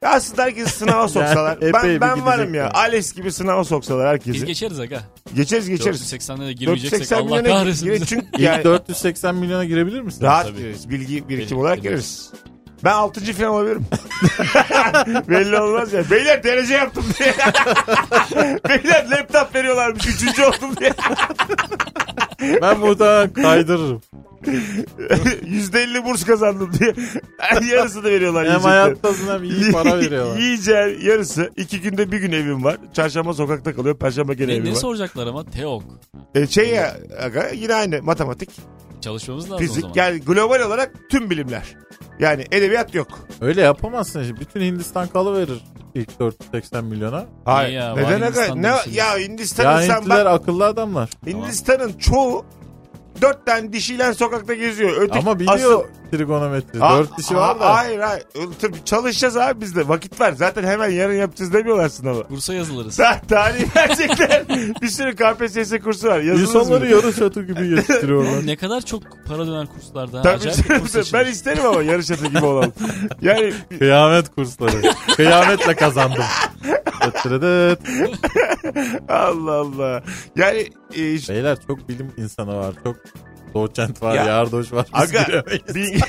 Speaker 2: Ya aslında herkesi sınava soksalar.
Speaker 3: epey
Speaker 2: ben
Speaker 3: bir
Speaker 2: ben varım ya.
Speaker 3: gidecek
Speaker 2: Ales gibi sınava soksalar
Speaker 4: Biz
Speaker 2: herkesi.
Speaker 4: geçeriz aga.
Speaker 2: Geçeriz geçeriz.
Speaker 4: 480'lere de girmeyeceksek
Speaker 2: 480
Speaker 4: Allah
Speaker 2: milyona
Speaker 4: kahretsin.
Speaker 2: gire
Speaker 4: bizi.
Speaker 2: çünkü
Speaker 3: İlk
Speaker 2: yani
Speaker 3: 480 milyona girebilir misin?
Speaker 2: rahat
Speaker 4: Tabii.
Speaker 2: gireriz. Bilgi birikim
Speaker 4: Gelir,
Speaker 2: olarak
Speaker 4: gelir.
Speaker 2: gireriz. Ben 6. falan olabilirim. Belli olmaz ya. Beyler derece yaptım diye. Beyler laptop veriyorlarmış. Üçüncü oldum diye.
Speaker 3: Ben burada kaydırırım.
Speaker 2: %50 burs kazandım diye yarısını veriyorlar.
Speaker 3: Hem
Speaker 2: yiyecekler.
Speaker 3: hayattasın hem iyi para veriyorlar.
Speaker 2: Yiyeceğin yarısı. iki günde bir gün evim var. Çarşamba sokakta kalıyor. Perşembe gene
Speaker 4: Ne,
Speaker 2: evim
Speaker 4: ne
Speaker 2: var.
Speaker 4: soracaklar ama Teok.
Speaker 2: E, şey ya aga, yine aynı matematik,
Speaker 4: Çalışmamız lazım o
Speaker 2: fizik.
Speaker 4: zaman.
Speaker 2: Yani global olarak tüm bilimler. Yani edebiyat yok.
Speaker 3: Öyle yapamazsın. Işte. Bütün Hindistan kalıverir ilk 480 milyona.
Speaker 2: Hayır.
Speaker 4: ya, var
Speaker 2: Neden aga?
Speaker 4: Hindistan'da
Speaker 2: Ne,
Speaker 4: bir şey.
Speaker 2: ya
Speaker 3: Ya
Speaker 2: Hindistan'ın sen
Speaker 3: Hintliler
Speaker 2: bak.
Speaker 3: akıllı adamlar.
Speaker 2: Hindistan'ın çoğu dört tane dişiyle sokakta geziyor. Öteki
Speaker 3: Ama biliyor
Speaker 2: asıl-
Speaker 3: trigonometri.
Speaker 2: Aa,
Speaker 3: Dört kişi
Speaker 2: aa,
Speaker 3: var da.
Speaker 2: Hayır hayır. Tabii çalışacağız abi biz de. Vakit var. Zaten hemen yarın yapacağız demiyorlar sınavı.
Speaker 4: Bursa yazılırız.
Speaker 2: Ta tarih gerçekten bir sürü KPSS kursu var. Yazılınız mı?
Speaker 3: İnsanları yarış atı gibi yetiştiriyorlar.
Speaker 4: ne kadar çok para döner kurslarda.
Speaker 2: Tabii
Speaker 4: Acayip bir
Speaker 2: canım,
Speaker 4: kurs
Speaker 2: ben
Speaker 4: açılır.
Speaker 2: isterim ama yarış atı gibi olalım. Yani
Speaker 3: Kıyamet kursları. Kıyametle kazandım. Tıtırıdıt.
Speaker 2: Allah Allah. Yani e, işte-
Speaker 3: Beyler çok bilim insanı var. Çok doçent var,
Speaker 2: Ya.
Speaker 3: yardoş var. Biz
Speaker 2: aga
Speaker 3: bilemeyiz.
Speaker 2: bin-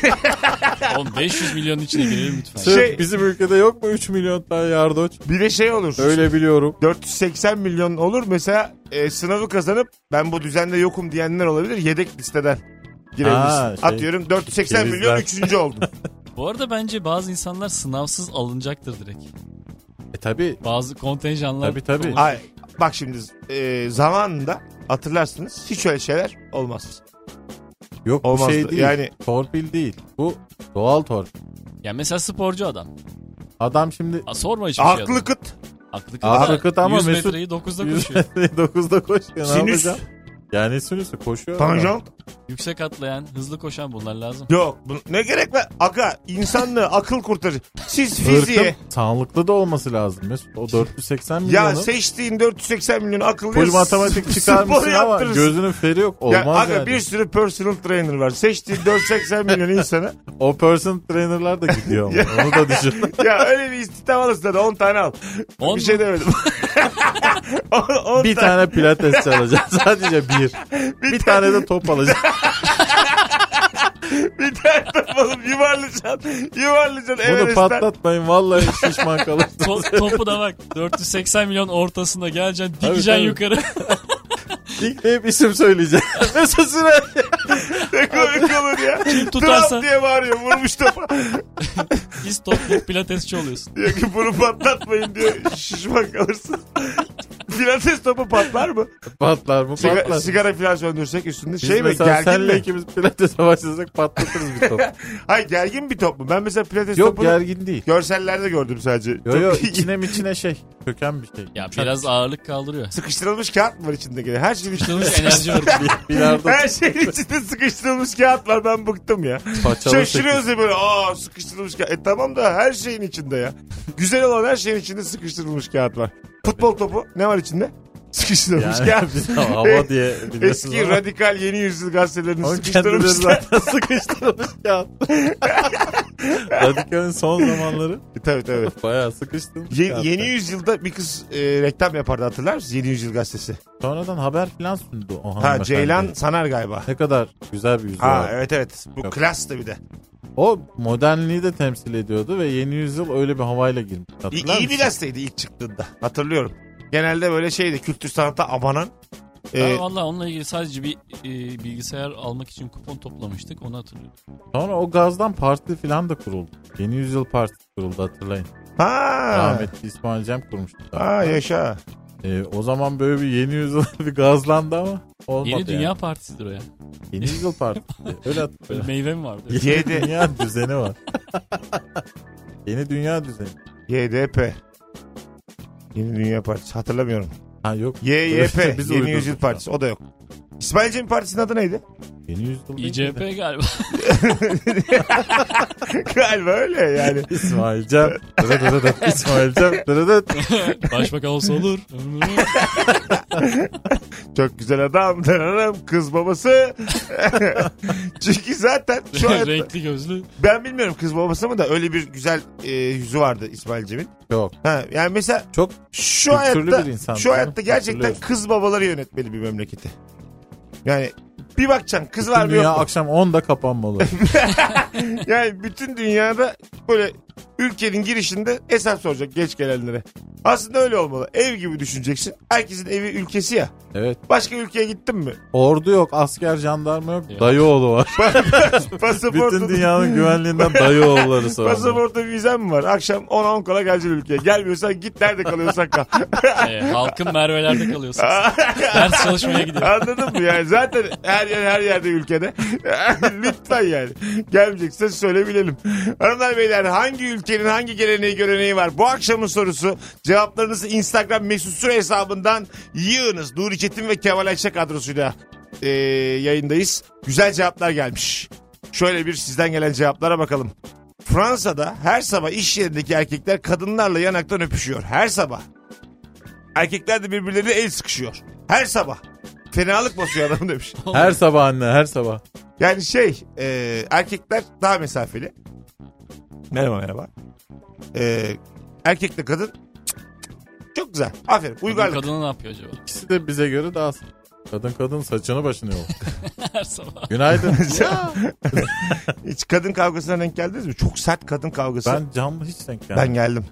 Speaker 4: Oğlum 500 milyonun içine girelim lütfen.
Speaker 3: Sırf
Speaker 2: Şey-
Speaker 3: bizim ülkede yok mu 3 milyon tane yardoç?
Speaker 2: bir de şey olur.
Speaker 3: Öyle biliyorum.
Speaker 2: 480 milyon olur mesela e, sınavı kazanıp ben bu düzende yokum diyenler olabilir yedek listeden
Speaker 3: Ha,
Speaker 2: girebilirsin.
Speaker 3: şey,
Speaker 2: Atıyorum 480 milyon
Speaker 3: ikizler.
Speaker 2: 3. oldum.
Speaker 4: Bu arada bence bazı insanlar sınavsız alınacaktır direkt.
Speaker 3: E tabi.
Speaker 4: Bazı kontenjanlar.
Speaker 3: Tabii, tabii.
Speaker 4: konulur.
Speaker 2: Ay, bak şimdi e, zamanında hatırlarsınız hiç öyle şeyler olmaz.
Speaker 3: Yok
Speaker 2: Olmazdı.
Speaker 3: bir şey değil.
Speaker 2: Yani-
Speaker 3: Yani... Torpil değil. Bu doğal torpil.
Speaker 4: Ya mesela sporcu adam.
Speaker 3: Adam şimdi
Speaker 4: Aa, sorma hiçbir şey.
Speaker 2: Aklı
Speaker 4: adama.
Speaker 2: kıt.
Speaker 4: Aklı kıt.
Speaker 3: Aklı kıt ama
Speaker 4: 100
Speaker 3: Mesut-
Speaker 4: metreyi 9'da
Speaker 3: 100
Speaker 4: koşuyor.
Speaker 3: metreyi 9'da koşuyor. Ne
Speaker 2: Sinüs.
Speaker 3: yapacağım? Yani sinüsü koşuyor.
Speaker 2: Tanjant.
Speaker 4: Yüksek atlayan, hızlı koşan bunlar lazım.
Speaker 2: Yok. bu- ne gerek var? Aga insanlığı akıl kurtarıcı. Siz
Speaker 3: Fiziğe.
Speaker 2: fiziğe
Speaker 3: Sağlıklı da olması lazım. Mesut. O 480 milyonu.
Speaker 2: ya seçtiğin 480 milyon akıllı
Speaker 3: Full matematik çıkarmışsın ama
Speaker 2: yaptırırsın.
Speaker 3: gözünün feri yok. Olmaz
Speaker 2: Ya aga
Speaker 3: yani.
Speaker 2: bir sürü personal trainer var. Seçtiğin 480 milyon insana.
Speaker 3: O person trainer'lar da gidiyor ama. Onu da düşün.
Speaker 2: Ya öyle bir istihdam alırsın da 10 tane al.
Speaker 4: 10
Speaker 2: bir şey demedim. On- on
Speaker 3: bir
Speaker 2: tane.
Speaker 3: tane pilates çalacak. Sadece bir. Bir, tane de top alacak.
Speaker 2: Bir tane yapalım. Yuvarlayacaksın. Yuvarlayacaksın.
Speaker 3: Bunu
Speaker 2: Everest'ten.
Speaker 3: patlatmayın. Vallahi şişman kalırsın.
Speaker 4: To- topu da bak 480 milyon ortasında geleceksin
Speaker 3: Tabii,
Speaker 4: dikeceksin
Speaker 3: tabii.
Speaker 4: yukarı.
Speaker 3: İlk hep isim söyleyeceğim. Mesut Süre.
Speaker 2: Ne komik olur ya. Kim
Speaker 4: tutarsa?
Speaker 2: diye bağırıyor. Vurmuş topa.
Speaker 4: Biz toplu pilatesçi oluyorsun.
Speaker 2: diyor ki bunu patlatmayın diyor. Şişman kalırsın. Pilates topu patlar mı?
Speaker 3: Patlar mı?
Speaker 2: Siga-
Speaker 3: Patlar.
Speaker 2: sigara filan söndürsek üstünde
Speaker 3: Biz
Speaker 2: şey mi?
Speaker 3: mesela
Speaker 2: Gergin
Speaker 3: senle
Speaker 2: mi?
Speaker 3: ikimiz pilatese başlasak patlatırız bir top.
Speaker 2: Hayır gergin bir top mu? Ben mesela pilates
Speaker 3: Yok
Speaker 2: topunu
Speaker 3: gergin değil.
Speaker 2: görsellerde gördüm sadece.
Speaker 3: Yo yo
Speaker 2: Çok-
Speaker 3: içine miçine şey. Köken bir şey.
Speaker 4: Ya biraz ağırlık kaldırıyor.
Speaker 2: sıkıştırılmış kağıt mı var içinde gene? Her şeyin içinde.
Speaker 4: Sıkıştırılmış enerji var.
Speaker 3: Bilardo
Speaker 2: Her şeyin içinde sıkıştırılmış kağıt var. Ben bıktım ya.
Speaker 3: paçalı
Speaker 2: Şaşırıyoruz ya böyle. Aa sıkıştırılmış kağıt. E tamam da her şeyin içinde ya. Güzel olan her şeyin içinde sıkıştırılmış kağıt var. Futbol topu ne var içinde? Sıkıştırılmış
Speaker 3: Yani
Speaker 2: kağıt.
Speaker 3: biz hava diye biliyorsunuz
Speaker 2: Eski
Speaker 3: ama-
Speaker 2: radikal yeni yüzyıl gazetelerini
Speaker 3: Ama kendileri
Speaker 2: sıkıştırmışlar.
Speaker 3: zaten sıkıştırmış ya. Radikal'in son zamanları
Speaker 2: E, tabii tabii.
Speaker 3: bayağı sıkıştırmış.
Speaker 2: Ye-
Speaker 3: ya.
Speaker 2: yeni yüzyılda bir kız e, reklam yapardı hatırlar mısınız? Yeni yüzyıl gazetesi.
Speaker 3: Sonradan haber filan sundu o
Speaker 2: Ha
Speaker 3: hanımefendi.
Speaker 2: Ceylan Sanar galiba.
Speaker 3: Ne kadar güzel bir yüzü
Speaker 2: Ha
Speaker 3: var.
Speaker 2: evet evet. Bu
Speaker 3: Yok.
Speaker 2: klas da bir de.
Speaker 3: O modernliği de temsil ediyordu ve yeni yüzyıl öyle bir havayla girmiş.
Speaker 2: İyi,
Speaker 3: Hatırlar
Speaker 2: iyi bir
Speaker 3: mısın?
Speaker 2: gazeteydi ilk çıktığında. Hatırlıyorum. Genelde böyle şeydi kültür sanata abanan.
Speaker 3: Ee,
Speaker 2: e,
Speaker 4: Ben Valla onunla ilgili sadece bir e, bilgisayar almak için kupon toplamıştık onu hatırlıyorum.
Speaker 3: Sonra o gazdan parti filan da kuruldu. Yeni yüzyıl partisi kuruldu hatırlayın.
Speaker 2: ha.
Speaker 3: Rahmetli İsmail Cem kurmuştu.
Speaker 2: Ha yaşa.
Speaker 3: Ee, o zaman böyle bir yeni yüzyıl bir gazlandı ama olmadı
Speaker 4: Yeni
Speaker 3: yani.
Speaker 4: Dünya Partisi'dir o ya.
Speaker 3: Yeni yüzyıl partisi. Öyle hatırlıyorum.
Speaker 4: Böyle meyve mi vardı?
Speaker 3: Yeni
Speaker 2: Yedi.
Speaker 3: dünya düzeni var. Yeni dünya düzeni.
Speaker 2: YDP. Yeni Dünya Partisi. Hatırlamıyorum.
Speaker 3: Ha yok.
Speaker 2: YYP.
Speaker 3: Biz
Speaker 2: yeni
Speaker 3: uydurduk
Speaker 2: Yüzyıl
Speaker 3: ya.
Speaker 2: Partisi. O da yok. İsmail Cem Partisi'nin adı neydi?
Speaker 3: Yeni yüzyıl. değil
Speaker 4: İCP
Speaker 3: miydi?
Speaker 4: galiba.
Speaker 2: galiba öyle yani.
Speaker 3: İsmail Cem. Dırı dırı dırı. İsmail Cem. Dırı dırı.
Speaker 4: Başbakan olsa olur.
Speaker 2: Çok güzel adam. Tanırım kız babası. Çünkü zaten şu an
Speaker 4: Renkli gözlü.
Speaker 2: ben bilmiyorum kız babası mı da öyle bir güzel e, yüzü vardı İsmail Cem'in.
Speaker 3: Yok.
Speaker 2: Ha, yani mesela
Speaker 3: Çok
Speaker 2: şu
Speaker 3: Kültürlü
Speaker 2: hayatta
Speaker 3: bir insan,
Speaker 2: şu
Speaker 3: değil mi?
Speaker 2: hayatta gerçekten
Speaker 3: Hatırlıyorum.
Speaker 2: kız babaları yönetmeli bir memleketi. Yani bir bakacaksın kız var mı
Speaker 3: dünya
Speaker 2: yok mu?
Speaker 3: akşam 10'da kapanmalı.
Speaker 2: Yani bütün dünyada böyle ülkenin girişinde hesap soracak geç gelenlere. Aslında öyle olmalı. Ev gibi düşüneceksin. Herkesin evi ülkesi ya.
Speaker 3: Evet.
Speaker 2: Başka ülkeye gittin mi?
Speaker 3: Ordu yok, asker, jandarma yok.
Speaker 4: Yok.
Speaker 3: Dayıoğlu var.
Speaker 2: Pasaportun,
Speaker 3: Bütün dünyanın güvenliğinden dayıoğulları sorumlu.
Speaker 2: pasaporta vizen mi var? Akşam 10-10 kola geleceksin ülkeye. Gelmiyorsan git nerede kalıyorsan kal.
Speaker 4: Ee, halkın mervelerde kalıyorsun. Ders çalışmaya gidiyor.
Speaker 2: Anladın mı yani? Zaten her yer her yerde ülkede. Lütfen yani. Gelmeyecekse söyleyebilelim. Hanımlar beyler hangi ülkenin hangi geleneği göreneği var? Bu akşamın sorusu cevaplarınızı Instagram mesut süre hesabından yığınız. Nuri Çetin ve Kemal Ayça kadrosuyla eee, yayındayız. Güzel cevaplar gelmiş. Şöyle bir sizden gelen cevaplara bakalım. Fransa'da her sabah iş yerindeki erkekler kadınlarla yanaktan öpüşüyor. Her sabah. Erkekler de birbirlerine el sıkışıyor. Her sabah. Fenalık basıyor adam demiş.
Speaker 3: Her sabah anne, her sabah.
Speaker 2: Yani şey e, erkekler daha mesafeli. Merhaba merhaba. E, erkekle kadın cık, cık, çok güzel. Aferin.
Speaker 4: Kadın,
Speaker 2: Uygarlık.
Speaker 4: kadını ne yapıyor acaba?
Speaker 3: İkisi de bize göre daha s- Kadın kadın saçını başını yol.
Speaker 4: Her sabah.
Speaker 3: Günaydın.
Speaker 2: Hiç kadın kavgasına denk geldiniz mi? Çok sert kadın kavgası. Ben,
Speaker 3: ben cam hiç denk
Speaker 2: ben
Speaker 3: gelmedim.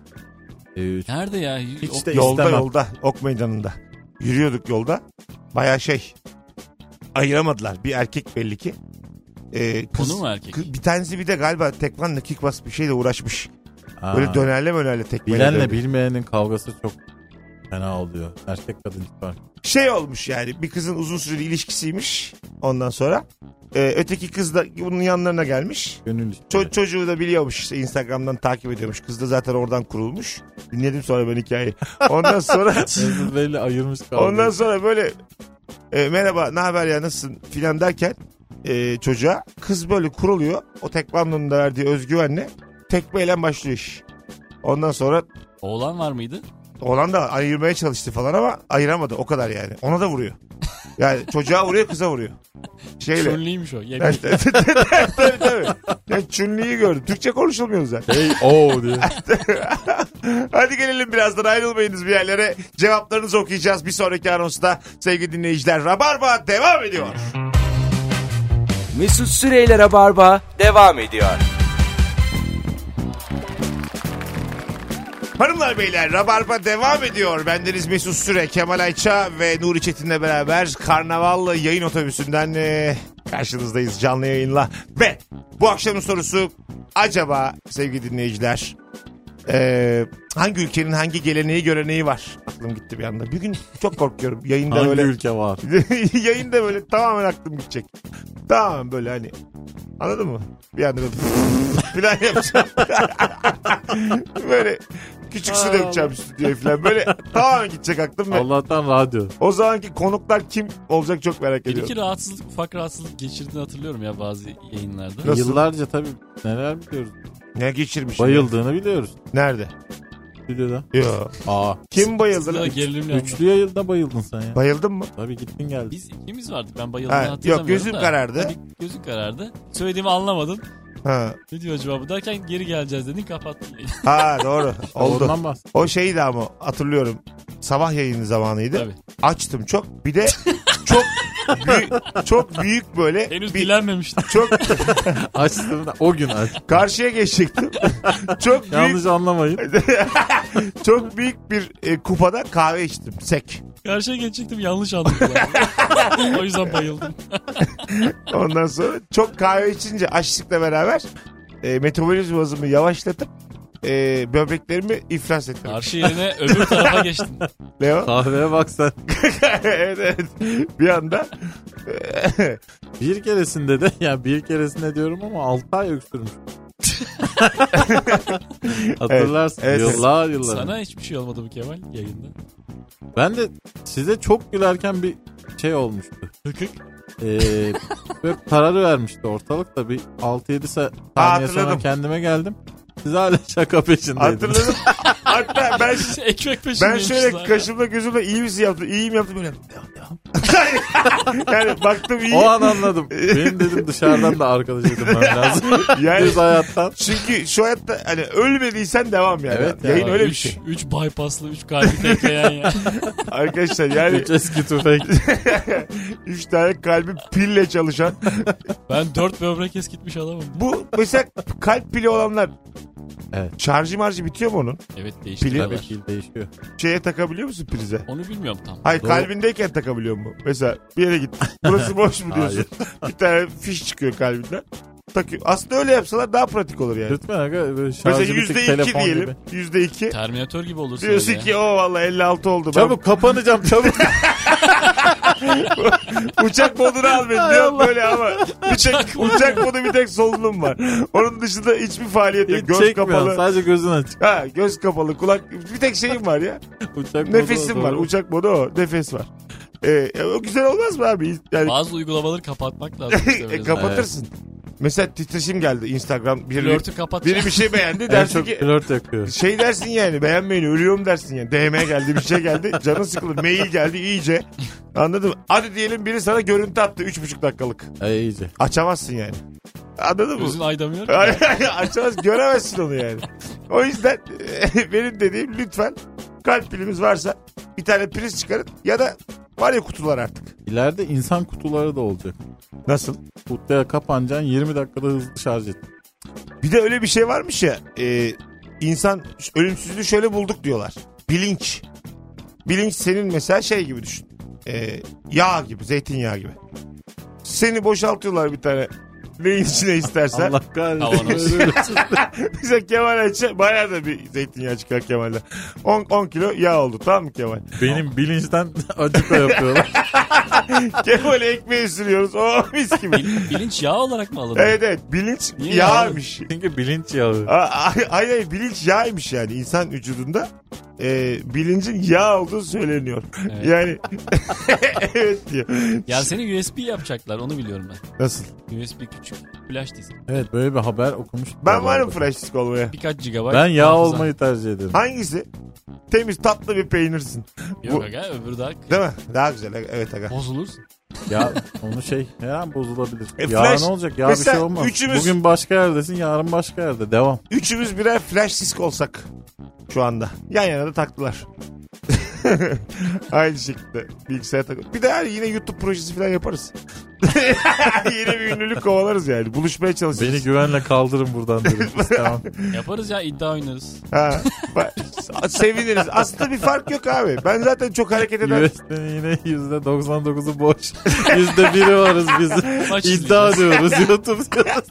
Speaker 2: geldim.
Speaker 3: Ee,
Speaker 4: Nerede ya?
Speaker 3: hiç de
Speaker 2: Yolda
Speaker 3: istemem.
Speaker 2: yolda ok meydanında. Yürüyorduk yolda. Baya şey. Ayıramadılar. Bir erkek belli ki. Ee, kız,
Speaker 4: Onu mu erkek?
Speaker 2: kız- bir tanesi bir de galiba tekvanla kickbox bir şeyle uğraşmış.
Speaker 3: Aa,
Speaker 2: Böyle dönerle mönerle tekmeyle. dövdü.
Speaker 3: Bilenle bilmeyenin kavgası çok fena oluyor. Erkek kadın hiç fark.
Speaker 2: şey olmuş yani bir kızın uzun süreli ilişkisiymiş ondan sonra. Ee, öteki kız da bunun yanlarına gelmiş.
Speaker 3: Gönül işleri.
Speaker 2: Ço- çocuğu da biliyormuş işte Instagram'dan takip ediyormuş. Kız da zaten oradan kurulmuş. Dinledim sonra ben hikayeyi. Ondan sonra
Speaker 3: Mesut Bey'le ayırmış kavga.
Speaker 2: ondan sonra böyle e, merhaba ne haber ya nasılsın filan derken e, çocuğa kız böyle kuruluyor. O tekvandonun da verdiği özgüvenle tekmeyle başlıyor iş. Ondan sonra
Speaker 4: Oğlan var mıydı?
Speaker 2: Olan da ayırmaya çalıştı falan ama ayıramadı o kadar yani. Ona da vuruyor. Yani çocuğa vuruyor kıza vuruyor. Şeyle.
Speaker 4: Çürlüymüş o. Yemin.
Speaker 2: Evet, evet, evet, evet, tabii tabii. Yani çünlüyü gördüm. Türkçe konuşulmuyor zaten.
Speaker 3: Hey o diye.
Speaker 2: Hadi gelelim birazdan ayrılmayınız bir yerlere. Cevaplarınızı okuyacağız bir sonraki anonsta. Sevgili dinleyiciler Rabarba devam ediyor.
Speaker 1: Mesut Süreyler'e barba devam ediyor.
Speaker 2: Hanımlar beyler Rabarba devam ediyor. Bendeniz Mesut Süre, Kemal Ayça ve Nuri Çetin'le beraber Karnavallı yayın otobüsünden e, karşınızdayız canlı yayınla. Ve bu akşamın sorusu acaba sevgili dinleyiciler e, hangi ülkenin hangi geleneği göreneği var? Aklım gitti bir anda. Bir gün çok korkuyorum yayında
Speaker 3: Hangi
Speaker 2: böyle
Speaker 3: ülke var?
Speaker 2: yayında böyle tamamen aklım gidecek. Tamamen böyle hani anladın mı? Bir anda böyle falan yapacağım. böyle küçük su dökeceğim stüdyoya falan. Böyle tamamen gidecek aklım. ve
Speaker 3: Allah'tan radyo.
Speaker 2: O zamanki konuklar kim olacak çok merak
Speaker 4: Bir iki
Speaker 2: ediyorum.
Speaker 4: rahatsızlık, ufak rahatsızlık geçirdiğini hatırlıyorum ya bazı yayınlarda.
Speaker 2: Nasıl? şey-
Speaker 3: Yıllarca tabii neler biliyoruz.
Speaker 2: Ne geçirmiş?
Speaker 3: Bayıldığını biliyoruz
Speaker 2: Nerede?
Speaker 3: stüdyoda.
Speaker 2: Yo.
Speaker 3: Aa.
Speaker 2: Kim bayıldı?
Speaker 4: Sıkıntılı,
Speaker 2: lan?
Speaker 4: gerilimli anlar.
Speaker 3: Üçlü yayında bayıldın sen ya.
Speaker 2: Bayıldın mı?
Speaker 3: Tabii gittin geldin.
Speaker 4: Biz ikimiz vardık. Ben bayıldım
Speaker 2: Ha,
Speaker 4: hatırlamıyorum
Speaker 2: yok gözüm
Speaker 4: da.
Speaker 2: karardı.
Speaker 4: Tabii gözün karardı. Söylediğimi anlamadın.
Speaker 2: Ha,
Speaker 4: Ne diyor acaba bu derken geri geleceğiz dedin kapattın. yayını.
Speaker 2: ha doğru. Oldu.
Speaker 3: Ondan bahsediyorum.
Speaker 2: O şeydi ama hatırlıyorum. Sabah yayını zamanıydı.
Speaker 4: Tabii.
Speaker 2: açtım çok. Bir de çok büyük, çok büyük böyle
Speaker 4: Henüz
Speaker 2: bir,
Speaker 4: dilenmemiştim.
Speaker 2: çok
Speaker 3: Açtım da o gün aç.
Speaker 2: karşıya geçecektim. çok büyük
Speaker 3: Yanlış anlamayın.
Speaker 2: çok büyük bir e, kupada kahve içtim sek.
Speaker 4: Karşıya şey geçecektim yanlış anladım. o yüzden bayıldım.
Speaker 2: Ondan sonra çok kahve içince açlıkla beraber e, metabolizmasımı yavaşlatıp e, böbreklerimi iflas ettim.
Speaker 4: Karşı yerine öbür tarafa geçtim.
Speaker 2: Leo.
Speaker 3: Kahveye bak sen.
Speaker 2: evet, evet. Bir anda
Speaker 3: Bir keresinde de ya bir keresinde diyorum ama 6 ay öksürmüş. Hatırlarsın
Speaker 2: Evet, evet.
Speaker 3: yıllar yıllar.
Speaker 4: Sana hiçbir şey olmadı bu Kemal yayında.
Speaker 3: Ben de size çok gülerken bir şey olmuştu.
Speaker 4: Hükük.
Speaker 3: Ee, böyle kararı vermişti ortalıkta bir 6-7 sa-
Speaker 2: Ha,
Speaker 3: saniye sonra
Speaker 2: hatırladım.
Speaker 3: kendime geldim. Siz hala şaka peşindeydiniz.
Speaker 2: hatırladım. Hatta ben
Speaker 4: Ekmek peşindeymişiz.
Speaker 2: Ben şöyle
Speaker 4: hala.
Speaker 2: kaşımla gözümle iyi misin yaptım, iyiyim yaptım böyle. yani baktım iyi.
Speaker 3: O an anladım. Benim dedim dışarıdan da arkadaş edinmem lazım.
Speaker 2: yani
Speaker 3: Biz hayattan.
Speaker 2: çünkü şu hayatta hani ölmediysen devam yani.
Speaker 3: Evet ya,
Speaker 2: Yayın öyle bir
Speaker 4: üç,
Speaker 2: şey.
Speaker 4: Üç bypasslı, üç kalbi tekleyen ya.
Speaker 2: Arkadaşlar yani
Speaker 3: Üç eski tüfek.
Speaker 2: üç tane kalbi pille çalışan.
Speaker 4: Ben dört böbrek eskitmiş adamım.
Speaker 2: Bu mesela kalp pili olanlar
Speaker 3: Evet.
Speaker 2: Şarjı marjı bitiyor mu onun?
Speaker 4: Evet
Speaker 2: Pili-
Speaker 4: değiştiriyorlar.
Speaker 3: Tabii ki değişiyor.
Speaker 2: Şeye takabiliyor musun prize?
Speaker 4: Onu bilmiyorum tam.
Speaker 2: Hayır
Speaker 3: Doğru.
Speaker 2: kalbindeyken takabiliyor mu? Mesela bir yere git. Burası boş mu diyorsun?
Speaker 3: Hayır.
Speaker 2: bir tane fiş çıkıyor kalbinden. Takıyor. Aslında öyle yapsalar daha pratik olur yani.
Speaker 3: Lütfen aga böyle şarjı
Speaker 2: Mesela
Speaker 3: bitik
Speaker 2: yüzde iki
Speaker 3: telefon
Speaker 2: diyelim.
Speaker 3: gibi.
Speaker 2: Yüzde iki.
Speaker 4: Terminatör gibi olursun.
Speaker 2: Diyorsun
Speaker 4: öyle ya.
Speaker 2: ki o valla 56 oldu.
Speaker 3: Çabuk kapanacağım çabuk.
Speaker 2: Ben uçak modunu al beni diyorum böyle ama bir tek, uçak modu bir tek solunum var. Onun dışında hiçbir faaliyet yok.
Speaker 3: Hiç
Speaker 2: Göz
Speaker 3: çekmiyorsun.
Speaker 2: kapalı.
Speaker 3: Sadece gözün açık.
Speaker 2: Ha, göz kapalı kulak bir tek şeyim var ya.
Speaker 3: Uçak
Speaker 2: Nefesim
Speaker 3: modu-
Speaker 2: var.
Speaker 3: doğru.
Speaker 2: Uçak modu o. Nefes var. Ee, o güzel olmaz mı abi? Yani
Speaker 4: Bazı uygulamaları kapatmak lazım. işte
Speaker 2: E,
Speaker 4: biraz.
Speaker 2: kapatırsın. Mesela titreşim geldi Instagram. Biri,
Speaker 4: Flörtü kapat.
Speaker 2: biri bir şey beğendi
Speaker 3: En
Speaker 2: dersin
Speaker 3: çok
Speaker 2: ki
Speaker 3: flört yakıyor.
Speaker 2: şey dersin yani beğenmeyin ölüyorum dersin yani. DM geldi bir şey geldi canın sıkılır. Mail geldi iyice. Anladın mı? Hadi diyelim biri sana görüntü attı 3,5 dakikalık.
Speaker 3: Ay iyice.
Speaker 2: Açamazsın yani. Anladın mı?
Speaker 4: Gözün aydamıyor.
Speaker 2: Açamaz göremezsin onu yani. O yüzden benim dediğim lütfen kalp pilimiz varsa bir tane priz çıkarın ya da var ya kutular artık.
Speaker 3: İleride insan kutuları da olacak.
Speaker 2: Nasıl?
Speaker 3: Kutuya kapanacaksın 20 dakikada hızlı şarj et.
Speaker 2: Bir de öyle bir şey varmış ya. E, insan ölümsüzlüğü şöyle bulduk diyorlar. Bilinç. Bilinç senin mesela şey gibi düşün. E, yağ gibi, zeytinyağı gibi. Seni boşaltıyorlar bir tane. Neyin içine istersen.
Speaker 3: Allah
Speaker 4: Kavanoz.
Speaker 3: kahretsin.
Speaker 2: Bize Kemal Ayça bayağı da bir zeytinyağı çıkar Kemal'den. 10, 10 kilo yağ oldu tamam mı Kemal?
Speaker 3: Benim bilinçten acıkla yapıyorlar.
Speaker 2: Kemal'e ekmeği sürüyoruz. O mis gibi.
Speaker 4: Bil- bilinç yağ olarak mı alınır?
Speaker 2: evet evet bilinç
Speaker 4: Niye
Speaker 2: yağmış.
Speaker 3: Çünkü bilinç yağı.
Speaker 2: A- Ay ay ay, bilinç yağymış yani insan vücudunda e, bilincin yağ olduğu söyleniyor.
Speaker 4: Evet.
Speaker 2: Yani evet diyor.
Speaker 4: Ya seni USB yapacaklar onu biliyorum ben.
Speaker 2: Nasıl?
Speaker 4: USB küçük flash disk.
Speaker 3: Evet böyle bir haber okumuştum.
Speaker 2: Ben varım flash disk olmaya.
Speaker 4: Birkaç GB.
Speaker 3: Ben yağ
Speaker 4: hafıza.
Speaker 3: olmayı tercih ederim.
Speaker 2: Hangisi? Temiz tatlı bir peynirsin.
Speaker 4: Yok aga öbürü daha
Speaker 2: Değil mi? Daha güzel. Evet aga.
Speaker 4: bozulursun.
Speaker 3: ya onu şey her an bozulabilir.
Speaker 2: E,
Speaker 3: ya
Speaker 2: flash-
Speaker 3: ne olacak? Ya bir
Speaker 2: Mesela
Speaker 3: şey olmaz.
Speaker 2: üçümüz-
Speaker 3: Bugün başka yerdesin yarın başka yerde. Devam.
Speaker 2: Üçümüz birer flash disk olsak şu anda. Yan yana da taktılar. Aynı şekilde bilgisayar tak. Bir de yani yine YouTube projesi falan yaparız. Yeni bir ünlülük kovalarız yani. Buluşmaya çalışırız.
Speaker 3: Beni güvenle kaldırın buradan derim. tamam.
Speaker 4: Yaparız ya iddia oynarız.
Speaker 2: Ha, bak, seviniriz. Aslında bir fark yok abi. Ben zaten çok hareket eden
Speaker 3: USB'nin yine %99'u boş. %1'i varız biz.
Speaker 4: Maç
Speaker 3: İddia
Speaker 4: izleyeceğiz.
Speaker 3: diyoruz. YouTube diyoruz.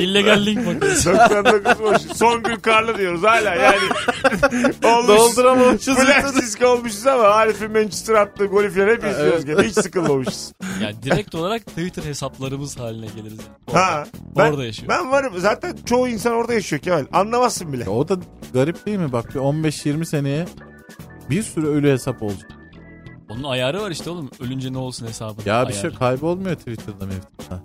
Speaker 4: İllegal link bakıyoruz.
Speaker 2: 99 boş. Son gün karlı diyoruz hala yani. olmuş.
Speaker 3: Dolduramamışız.
Speaker 2: Plastik olmuşuz ama Arif'in Manchester attığı golü falan hep izliyoruz. gene. Hiç sıkılmamışız.
Speaker 4: Yani direkt olarak Twitter hesaplarımız haline geliriz.
Speaker 2: Ha, ben,
Speaker 4: Orada yaşıyor.
Speaker 2: Ben varım. Zaten çoğu insan orada yaşıyor Kemal. Anlamazsın bile.
Speaker 3: Ya O da garip değil mi? Bak bir 15-20 seneye bir sürü ölü hesap olacak.
Speaker 4: Onun ayarı var işte oğlum. Ölünce ne olsun hesabı.
Speaker 3: Ya bir şey kaybolmuyor Twitter'da mevcutta.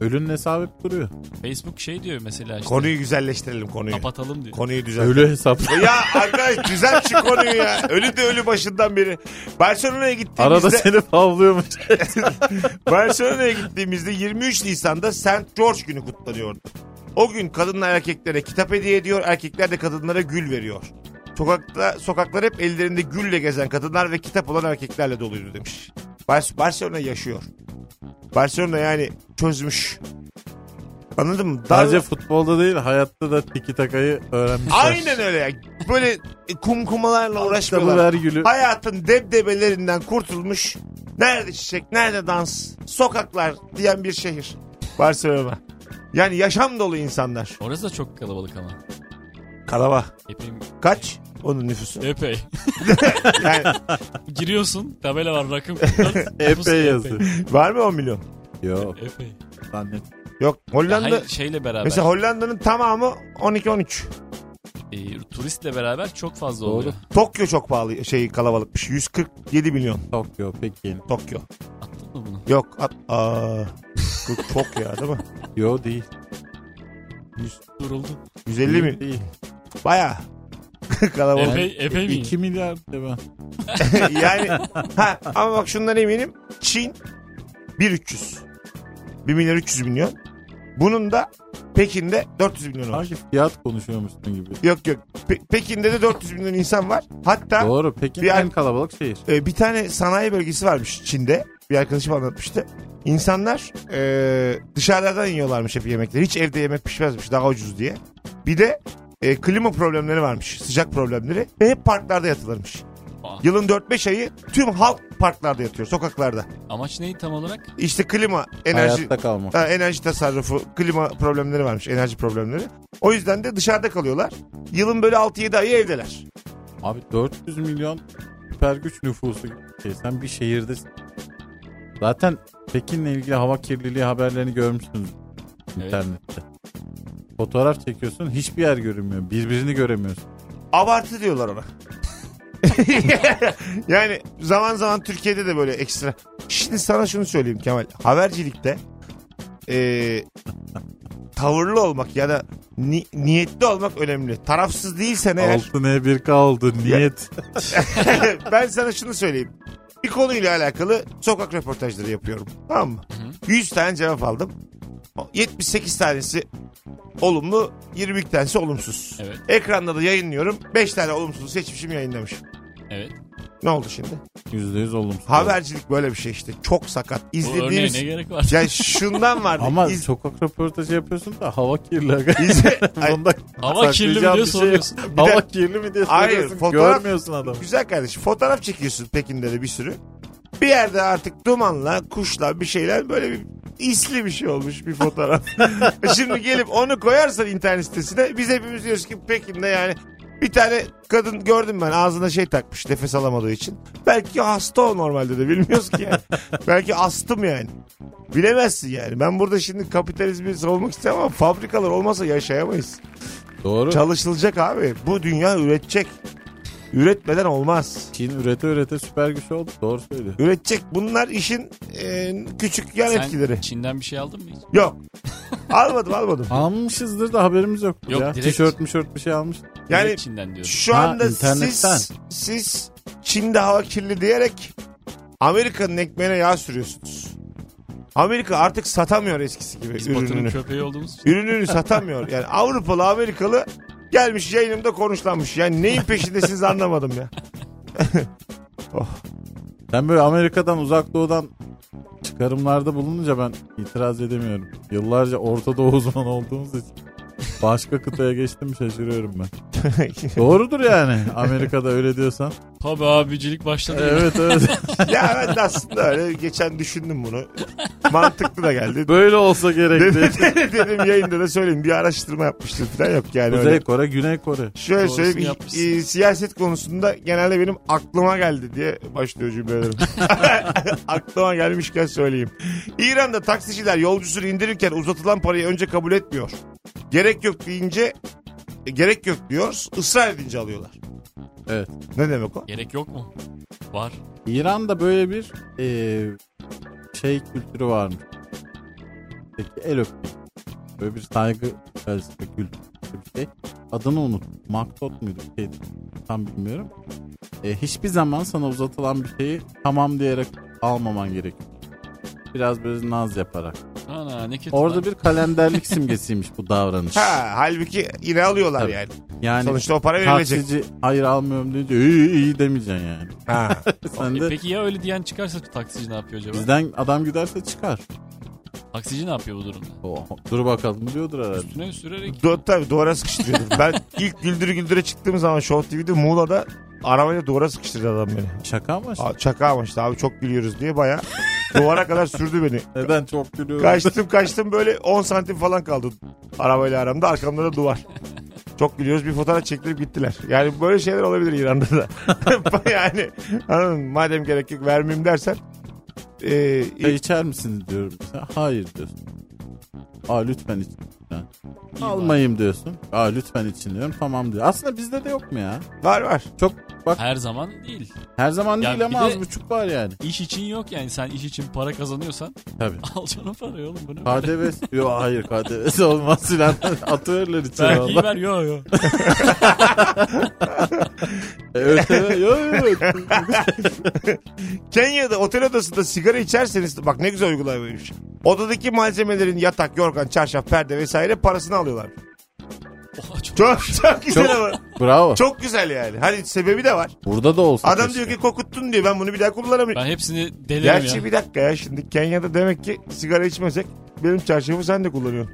Speaker 3: Ölünün hesabı hep duruyor.
Speaker 4: Facebook şey diyor mesela işte.
Speaker 2: Konuyu güzelleştirelim konuyu.
Speaker 4: Kapatalım diyor.
Speaker 2: Konuyu düzelt.
Speaker 3: Ölü hesap.
Speaker 2: Ya arkadaş düzelt şu konuyu ya. Ölü de ölü başından beri. Barcelona'ya gittiğimizde...
Speaker 3: Arada seni pavlıyormuş.
Speaker 2: Barcelona'ya gittiğimizde 23 Nisan'da St. George günü kutlanıyordu. O gün kadınlar erkeklere kitap hediye ediyor, erkekler de kadınlara gül veriyor. Sokakta sokaklar hep ellerinde gülle gezen kadınlar ve kitap olan erkeklerle doluydu demiş. Bar- Barcelona yaşıyor. Barcelona yani çözmüş. Anladın mı? Dar-
Speaker 3: Sadece futbolda değil hayatta da tiki takayı öğrenmişler.
Speaker 2: Aynen öyle. ya. Böyle kumkumalarla
Speaker 3: Kitabı
Speaker 2: uğraşmıyorlar.
Speaker 3: ver gülü.
Speaker 2: Hayatın debdebelerinden kurtulmuş. Nerede çiçek, nerede dans, sokaklar diyen bir şehir. Barcelona. Yani yaşam dolu insanlar.
Speaker 4: Orası da çok kalabalık ama.
Speaker 2: Kalaba.
Speaker 4: Epey.
Speaker 2: Kaç? Onun nüfusu.
Speaker 4: Epey.
Speaker 2: Yani
Speaker 4: Giriyorsun tabela var rakım.
Speaker 3: Epey yazıyor.
Speaker 2: var mı 10 milyon?
Speaker 3: Yok
Speaker 4: Epey.
Speaker 3: zannet.
Speaker 2: Yok. Hollanda.
Speaker 4: Hayır şeyle beraber.
Speaker 2: mesela Hollanda'nın tamamı 12-13.
Speaker 4: e, turistle beraber çok fazla
Speaker 3: Doğru.
Speaker 4: oluyor.
Speaker 2: Tokyo çok pahalı şey kalabalıkmış. 147 milyon
Speaker 3: Tokyo, Pekin.
Speaker 2: Tokyo.
Speaker 4: Attın mı bunu?
Speaker 2: Yok. At, aa. Bu çok ya değil mi?
Speaker 3: Yo değil.
Speaker 2: 100,
Speaker 4: Duruldu.
Speaker 2: 150 mi?
Speaker 3: Değil.
Speaker 2: Baya kalabalık.
Speaker 4: Epey, epey mi?
Speaker 3: 2 milyar da ben.
Speaker 2: yani ha, ama bak şundan eminim. Çin 1300. 1 milyar 300 milyon. Bunun da Pekin'de 400 milyon var.
Speaker 3: Sanki fiyat konuşuyormuşsun gibi.
Speaker 2: Yok yok. Pe- Pekin'de de 400 milyon insan var. Hatta
Speaker 3: Doğru. Pekin
Speaker 2: Bir
Speaker 3: en
Speaker 2: an-
Speaker 3: kalabalık şehir.
Speaker 2: e, bir tane sanayi bölgesi varmış Çin'de. Bir arkadaşım anlatmıştı. İnsanlar e, dışarıdan yiyorlarmış hep yemekleri. Hiç evde yemek pişmezmiş daha ucuz diye. Bir de e, klima problemleri varmış. Sıcak problemleri. Ve hep parklarda yatılırmış.
Speaker 4: Aa.
Speaker 3: Ah.
Speaker 2: Yılın 4-5 ayı tüm halk parklarda yatıyor. Sokaklarda.
Speaker 4: Amaç neydi tam olarak?
Speaker 2: İşte klima, enerji...
Speaker 3: Hayatta kalmak.
Speaker 2: Ha, enerji tasarrufu, klima problemleri varmış, enerji problemleri. O yüzden de dışarıda kalıyorlar. Yılın böyle 6-7 ayı evdeler.
Speaker 3: Abi 400 milyon süper güç nüfusu gibi bir şey. Sen bir şehirdesin. Zaten Pekin'le ilgili hava kirliliği haberlerini görmüşsünüz
Speaker 4: Evet.
Speaker 3: internette. Fotoğraf çekiyorsun hiçbir yer görünmüyor. Birbirini göremiyorsun.
Speaker 2: Abartı diyorlar ona. yani zaman zaman Türkiye'de de böyle ekstra. Şimdi sana şunu söyleyeyim Kemal. Habercilikte eee, tavırlı olmak ya da ni- niyetli olmak önemli. Tarafsız değilsen eğer
Speaker 3: 6'ne 1 kaldı niyet.
Speaker 2: ben sana şunu söyleyeyim. Bir konuyla alakalı sokak röportajları yapıyorum. Tamam mı? 100 tane cevap aldım. 78 tanesi olumlu, 22 tanesi olumsuz.
Speaker 4: Evet.
Speaker 2: Ekranda da yayınlıyorum. 5 tane olumsuz seçmişim yayınlamışım.
Speaker 4: Evet.
Speaker 2: Ne oldu şimdi?
Speaker 3: %100 olumsuz.
Speaker 2: Habercilik böyle bir şey işte. Çok sakat.
Speaker 4: Bu örneğe
Speaker 2: İzlediğimiz...
Speaker 4: ne gerek var?
Speaker 2: Ya şundan vardı.
Speaker 3: Ama
Speaker 2: İz-
Speaker 3: sokak röportajı yapıyorsun da hava kirli.
Speaker 2: İzle- Ay,
Speaker 3: Bunda
Speaker 4: Hava kirli mi
Speaker 3: saklayacağım
Speaker 4: diye
Speaker 3: bir şey yok.
Speaker 4: soruyorsun.
Speaker 3: Hava kirli mi diye
Speaker 2: Hayır,
Speaker 3: soruyorsun.
Speaker 2: fotoğraf-
Speaker 3: Görmüyorsun adamı.
Speaker 2: Güzel kardeşim. Fotoğraf çekiyorsun Pekin'de de bir sürü. Bir yerde artık dumanla, kuşla bir şeyler böyle bir isli bir şey olmuş bir fotoğraf. E Şimdi gelip onu koyarsan internet sitesine biz hepimiz diyoruz ki Pekin'de yani bir tane kadın gördüm ben ağzına şey takmış nefes alamadığı için. Belki hasta o normalde de bilmiyoruz ki yani. Belki astım yani. Bilemezsin yani. Ben burada şimdi kapitalizmi savunmak istemem ama fabrikalar olmasa yaşayamayız.
Speaker 3: Doğru.
Speaker 2: Çalışılacak abi. Bu dünya üretecek. Üretmeden olmaz.
Speaker 3: Çin ürete ürete süper güç oldu. Doğru söylüyor.
Speaker 2: Üretecek. Bunlar işin e, küçük yan etkileri.
Speaker 4: Sen Çin'den bir şey aldın mı hiç?
Speaker 2: Yok. almadım almadım.
Speaker 3: Almışızdır da haberimiz yok.
Speaker 4: Yok,
Speaker 3: ya.
Speaker 4: direkt-
Speaker 3: Tişört mişört bir şey almış.
Speaker 2: Yani
Speaker 4: Evet, Çin'den diyorum.
Speaker 2: Şu
Speaker 3: Ha,
Speaker 2: anda
Speaker 3: internetten.
Speaker 2: siz, siz Çin'de hava kirli diyerek Amerika'nın ekmeğine yağ sürüyorsunuz. Amerika artık satamıyor eskisi gibi
Speaker 4: Biz Batı'nın
Speaker 2: ürününü.
Speaker 4: köpeği olduğumuz için.
Speaker 2: Ürününü satamıyor. Yani Avrupalı Amerikalı gelmiş yayınımda konuşlanmış. Yani neyin peşindesiniz anlamadım ya.
Speaker 3: Sen böyle Amerika'dan uzak doğudan çıkarımlarda bulununca ben itiraz edemiyorum. Yıllarca Orta Doğu uzmanı olduğumuz için başka kıtaya geçtim şaşırıyorum ben. Doğrudur yani Amerika'da öyle diyorsan.
Speaker 4: Tabii abicilik başladı.
Speaker 3: Evet evet.
Speaker 2: ya ben de aslında öyle geçen düşündüm bunu. Mantıklı da geldi.
Speaker 3: Böyle olsa
Speaker 2: dedim,
Speaker 3: gerekti.
Speaker 2: dedim yayında da söyleyeyim bir araştırma yapmıştır falan yok yani
Speaker 3: Kuzey
Speaker 2: öyle.
Speaker 3: Kore, Güney Kore.
Speaker 2: Şöyle
Speaker 4: Doğrusunu
Speaker 2: söyleyeyim
Speaker 4: yapmışsın.
Speaker 2: i- i- siyaset konusunda genelde benim aklıma geldi diye başlıyor cümlelerim. aklıma gelmişken söyleyeyim. İran'da taksiciler yolcusunu indirirken uzatılan parayı önce kabul etmiyor. Gerek yok deyince e, gerek yok diyor ısrar edince alıyorlar.
Speaker 3: Evet.
Speaker 2: Ne demek o?
Speaker 4: Gerek yok mu? Var.
Speaker 3: İran'da böyle bir eee, şey kültürü varmış. Peki el öpmek. Böyle bir saygı felsefe kültürü bir şey. Adını unut. Maktot muydu? Bir şeydi. Tam bilmiyorum. E, hiçbir zaman sana uzatılan bir şeyi tamam diyerek almaman gerekiyor. Biraz böyle naz yaparak.
Speaker 4: Ana ne kötü.
Speaker 3: Orada
Speaker 4: lan.
Speaker 3: bir kalenderlik simgesiymiş bu davranış.
Speaker 2: Ha, halbuki yine alıyorlar
Speaker 3: Tabii.
Speaker 2: yani.
Speaker 3: Yani
Speaker 2: Sonuçta o para verilecek.
Speaker 3: taksici hayır almıyorum deyince iyi iyi demeyeceksin yani.
Speaker 2: Ha.
Speaker 3: Sen
Speaker 4: E
Speaker 3: de
Speaker 4: Peki ya öyle diyen çıkarsa taksici ne yapıyor acaba?
Speaker 3: bizden adam giderse çıkar.
Speaker 4: Taksici ne yapıyor bu durumda?
Speaker 3: Oh, dur bakalım diyordur herhalde.
Speaker 4: Üstüne sürerek
Speaker 2: Do tabii duvara sıkıştırıyordur. ben ilk güldürü güldüre çıktığım zaman Show TV'de Muğla'da arabayla duvara sıkıştırdı adam beni.
Speaker 3: Şaka mı?
Speaker 2: Aa, Şaka amaçlı abi çok gülüyoruz diye baya duvara kadar sürdü beni.
Speaker 3: Neden E, çok gülüyorum?
Speaker 2: Kaçtım kaçtım böyle 10 santim falan kaldı arabayla aramda arkamda da duvar. Çok gülüyoruz bir fotoğraf çektirip gittiler. Yani böyle şeyler olabilir İran'da da. yani anladın mı? madem gerek yok vermeyeyim dersen. Ee,
Speaker 3: Ya içer misiniz diyorum. Sen hayır diyorsun. Aa lütfen için. Yani.
Speaker 4: İyi
Speaker 3: Almayayım diyorsun. Aa lütfen için diyorum. Tamam diyor. Aslında bizde de yok mu ya?
Speaker 2: var var.
Speaker 3: Çok bak
Speaker 4: her zaman değil.
Speaker 3: her zaman
Speaker 4: Ya
Speaker 3: değil ama
Speaker 4: bir de-
Speaker 3: az buçuk var yani.
Speaker 4: İş için yok yani sen iş için para kazanıyorsan
Speaker 3: Tabii.
Speaker 4: al canım parayı oğlum bunu.
Speaker 3: KDV yok hayır KDV'si olmaz filan. Atıyorlar içeri
Speaker 4: Vergiyi
Speaker 3: valla.
Speaker 4: ver yo yo.
Speaker 3: E, ÖTV yok yok.
Speaker 2: Kenya'da otel odasında sigara içerseniz bak ne güzel uygulamaymış. Odadaki malzemelerin yatak, yorgan, çarşaf, perde vesaire parasını alıyorlar.
Speaker 4: Oha çok
Speaker 2: Çok çok güzel
Speaker 3: Çok-
Speaker 2: ama.
Speaker 3: Bravo.
Speaker 2: Çok güzel yani. Hani sebebi de var.
Speaker 3: Burada da olsa
Speaker 2: Adam
Speaker 3: keşke.
Speaker 2: diyor ki kokuttun diyor. Ben bunu bir daha kullanamıyorum.
Speaker 4: ben hepsini delerim
Speaker 2: Gerçi
Speaker 4: ya.
Speaker 2: bir dakika ya şimdi Kenya'da demek ki sigara içmesek benim çarşafı sen de kullanıyorsun.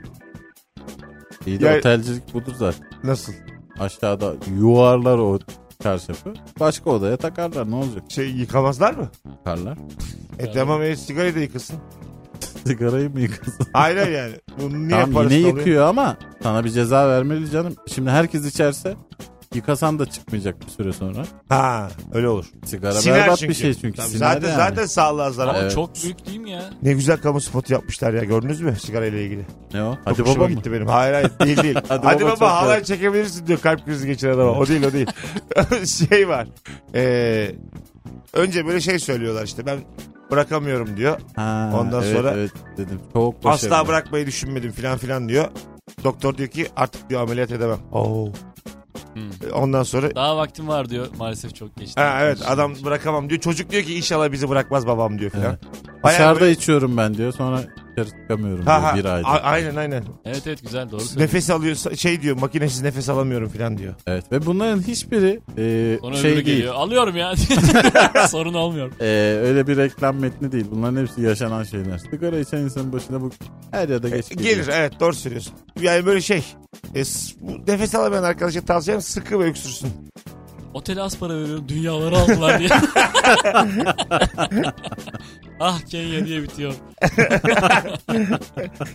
Speaker 3: İyi de
Speaker 2: Ya-
Speaker 3: otelcilik budur zaten.
Speaker 2: Nasıl?
Speaker 3: Aşağıda yuvarlar o çarşafı. Başka odaya takarlar ne olacak?
Speaker 2: Şey yıkamazlar mı?
Speaker 3: Takarlar.
Speaker 2: E tamam e, sigarayı da yıkasın.
Speaker 3: Sigarayı mı yıkasın?
Speaker 2: Hayır hayır yani. Bunu niye
Speaker 3: Tamam,
Speaker 2: parasını
Speaker 3: yine
Speaker 2: alıyor?
Speaker 3: yıkıyor ama sana bir ceza vermeli canım. Şimdi herkes içerse yıkasan da çıkmayacak bir süre sonra.
Speaker 2: Ha öyle olur.
Speaker 3: Sigara
Speaker 2: Siner
Speaker 3: berbat
Speaker 2: çünkü.
Speaker 3: bir şey çünkü.
Speaker 2: Tabii,
Speaker 3: siner
Speaker 2: zaten
Speaker 3: yani.
Speaker 2: zaten sağlığa zarar.
Speaker 4: Ama
Speaker 3: Evet.
Speaker 4: çok büyük değil mi ya?
Speaker 2: Ne güzel kamu spotu yapmışlar ya gördünüz mü sigarayla ilgili? Çok
Speaker 3: Ne o? Hadi
Speaker 2: hoşuma
Speaker 3: baba mı?
Speaker 2: gitti benim. Hayır hayır değil değil. Hadi,
Speaker 3: Hadi
Speaker 2: baba,
Speaker 3: baba,
Speaker 2: baba
Speaker 3: çok
Speaker 2: halay
Speaker 3: güzel.
Speaker 2: çekebilirsin diyor kalp krizi geçiren adama. O değil o değil. şey var. Ee, önce böyle şey söylüyorlar işte ben bırakamıyorum diyor.
Speaker 3: Ha,
Speaker 2: Ondan
Speaker 3: evet,
Speaker 2: sonra-
Speaker 3: evet dedim. Çok başarılı.
Speaker 2: Asla bırakmayı düşünmedim filan filan diyor. Doktor diyor ki artık diyor ameliyat edemem. Oo.
Speaker 4: Hmm.
Speaker 2: Ondan sonra
Speaker 4: Daha vaktim var diyor. Maalesef çok geçti.
Speaker 2: ha, evet adam bırakamam diyor. Çocuk diyor ki inşallah bizi bırakmaz babam diyor filan. Bayağı
Speaker 3: Dışarıda
Speaker 2: böyle-
Speaker 3: içiyorum ben diyor. Sonra dışarı çıkamıyorum
Speaker 2: Ha, ha,
Speaker 3: diyor, bir ayda.
Speaker 2: a- aynen aynen.
Speaker 4: Evet evet güzel doğru söylüyorsun.
Speaker 2: Nefes alıyor şey diyor makinesiz nefes alamıyorum filan diyor.
Speaker 3: Evet ve bunların hiçbiri e,
Speaker 4: Sonra
Speaker 3: şey
Speaker 4: öbürü
Speaker 3: değil.
Speaker 4: geliyor. Alıyorum ya. Sorun olmuyor.
Speaker 3: E, öyle bir reklam metni değil. Bunların hepsi yaşanan şeyler. Sigara içen insanın başına bu her ya da geç geliyor.
Speaker 2: Gelir evet doğru söylüyorsun. Yani böyle şey e, s- bu nefes alamayan arkadaşa tavsiyem sıkı ve öksürsün.
Speaker 4: Otele az para veriyorum dünyaları aldılar diye. ah Kenya diye bitiyor.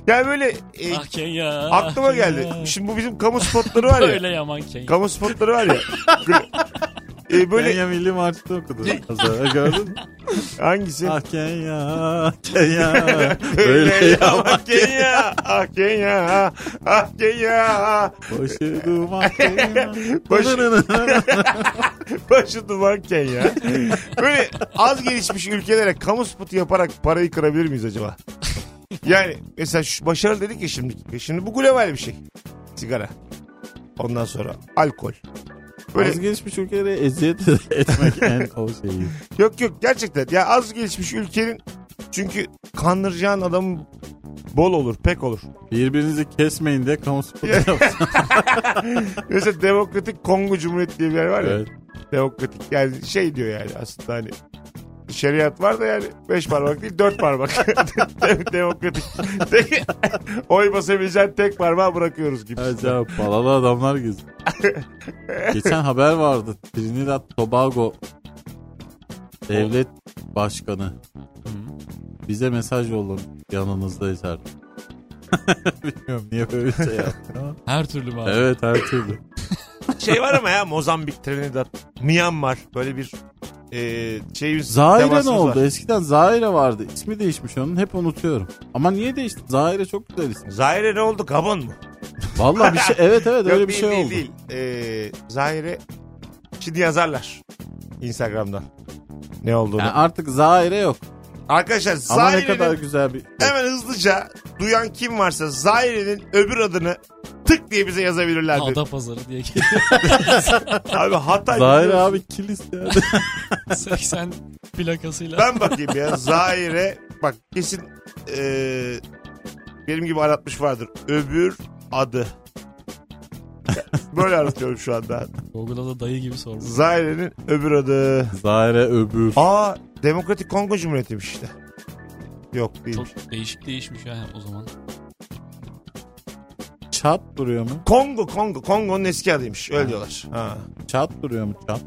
Speaker 2: Yani böyle e,
Speaker 4: Ah Kenya. ah
Speaker 2: aklıma
Speaker 4: Kenya.
Speaker 2: geldi. Şimdi bu bizim kamu spotları var
Speaker 4: Öyle
Speaker 2: ya.
Speaker 4: yaman Kenya.
Speaker 2: kamu spotları var ya. E, böyle
Speaker 3: Kenya Milli Marşı'nı okudu. Az önce Gördün mü?
Speaker 2: hangisi?
Speaker 3: ah Kenya, Kenya.
Speaker 2: Böyle
Speaker 3: Böyle
Speaker 2: ya,
Speaker 3: yap.
Speaker 2: ah Kenya, ah Kenya, ah Kenya,
Speaker 3: Başı duman ah, Kenya.
Speaker 2: Başı- başı duman Kenya. Böyle az gelişmiş ülkelere kamu spotu yaparak parayı kırabilir miyiz acaba? Yani mesela şu başarı dedik ya şimdi. E Şimdi bu global bir şey. Sigara. Ondan sonra alkol. Böyle
Speaker 3: Az gelişmiş ülkelere eziyet etmek en o şeyi.
Speaker 2: yok yok gerçekten. Ya az gelişmiş ülkenin çünkü kandıracağın adamın bol olur, pek olur.
Speaker 3: Birbirinizi kesmeyin diye kamu spotu yaptı.
Speaker 2: Mesela Demokratik Kongo Cumhuriyeti diye bir yer var ya.
Speaker 3: Evet.
Speaker 2: demokratik yani şey diyor yani aslında hani şeriat var da yani beş parmak değil dört parmak De- demokratik Tek- oy basabileceğin tek parmağı bırakıyoruz gibi.
Speaker 3: Acayip balalı adamlar geziyor. Geçen haber vardı. Trinidad Tobago devlet başkanı bize mesaj yolladı. Yanınızdayız her Bilmiyorum niye böyle bir şey yaptı ama.
Speaker 4: Her türlü mağaza.
Speaker 3: evet her türlü.
Speaker 2: Şey var ama ya Mozambik, Trinidad, Myanmar böyle bir e, şey
Speaker 3: Zaire
Speaker 2: temasımız
Speaker 3: ne oldu?
Speaker 2: var.
Speaker 3: Eskiden Zaire vardı. İsmi değişmiş onun. Hep unutuyorum. Ama niye değişti? Zaire çok güzel isim.
Speaker 2: Zaire ne oldu? Gabon mu?
Speaker 3: Vallahi bir şey. Evet evet
Speaker 2: Yok,
Speaker 3: öyle bir
Speaker 2: değil,
Speaker 3: şey
Speaker 2: değil,
Speaker 3: oldu.
Speaker 2: Değil. E, Zaire şimdi yazarlar Instagram'dan ne olduğunu.
Speaker 3: Yani artık Zaire yok.
Speaker 2: Arkadaşlar
Speaker 3: Ama ne
Speaker 2: Zaire'nin
Speaker 3: kadar güzel bir...
Speaker 2: Hemen hızlıca duyan kim varsa Zaire'nin öbür adını tık diye bize yazabilirlerdi.
Speaker 4: Ada pazarı diye geliyor.
Speaker 2: Abi Hatay
Speaker 3: Zaire
Speaker 2: biliyorsun.
Speaker 3: abi kilis ya.
Speaker 4: 80 plakasıyla.
Speaker 2: Ben bakayım ya Zaire bak kesin eee, benim gibi aratmış vardır. Öbür adı. Böyle aratıyorum şu anda.
Speaker 4: Google'a da dayı gibi sormuş.
Speaker 2: Zaire'nin öbür adı.
Speaker 3: Zaire öbür.
Speaker 2: Aa Demokratik Kongo Cumhuriyeti'ymiş işte. Yok değilmiş.
Speaker 4: Çok değişik değişmiş ya o zaman.
Speaker 3: Çat duruyor mu?
Speaker 2: Kongo Kongo Kongo'nun eski adıymış öyle diyorlar. Ha.
Speaker 3: Çat duruyor mu çat?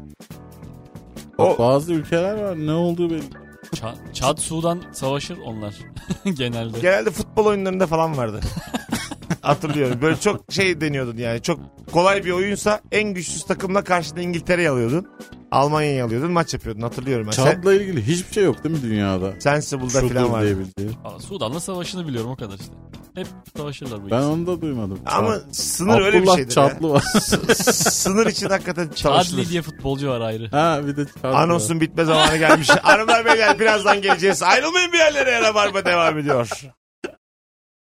Speaker 2: O-
Speaker 3: Bazı ülkeler var ne olduğu belli.
Speaker 4: Ça- Çad Sudan savaşır onlar genelde.
Speaker 2: Genelde futbol oyunlarında falan vardı. Hatırlıyorum. Böyle çok şey deniyordun yani. Çok kolay bir oyunsa en güçsüz takımla karşında İngiltere'yi alıyordun. Almanya'yı alıyordun. Maç yapıyordun. Hatırlıyorum ben. Sen,
Speaker 3: Çatla ilgili hiçbir şey yok değil mi dünyada?
Speaker 2: Sensible'da
Speaker 3: Şudur
Speaker 2: falan vardı.
Speaker 3: diyebileceği.
Speaker 4: Aa, Sudan'la savaşını biliyorum o kadar işte. Hep savaşırlar bu
Speaker 3: Ben
Speaker 4: ikisi.
Speaker 3: onu da duymadım.
Speaker 2: Ama
Speaker 3: Çat.
Speaker 2: sınır öyle bir
Speaker 3: Abdullah
Speaker 2: şeydir ya.
Speaker 3: Çatlı var.
Speaker 2: S- sınır için hakikaten
Speaker 4: Adli
Speaker 2: çalışılır.
Speaker 4: diye futbolcu var ayrı.
Speaker 3: ha bir de çatlı.
Speaker 2: Anonsun bitme zamanı gelmiş. Hanımlar beyler birazdan geleceğiz. Ayrılmayın bir yerlere. Rabarba devam ediyor.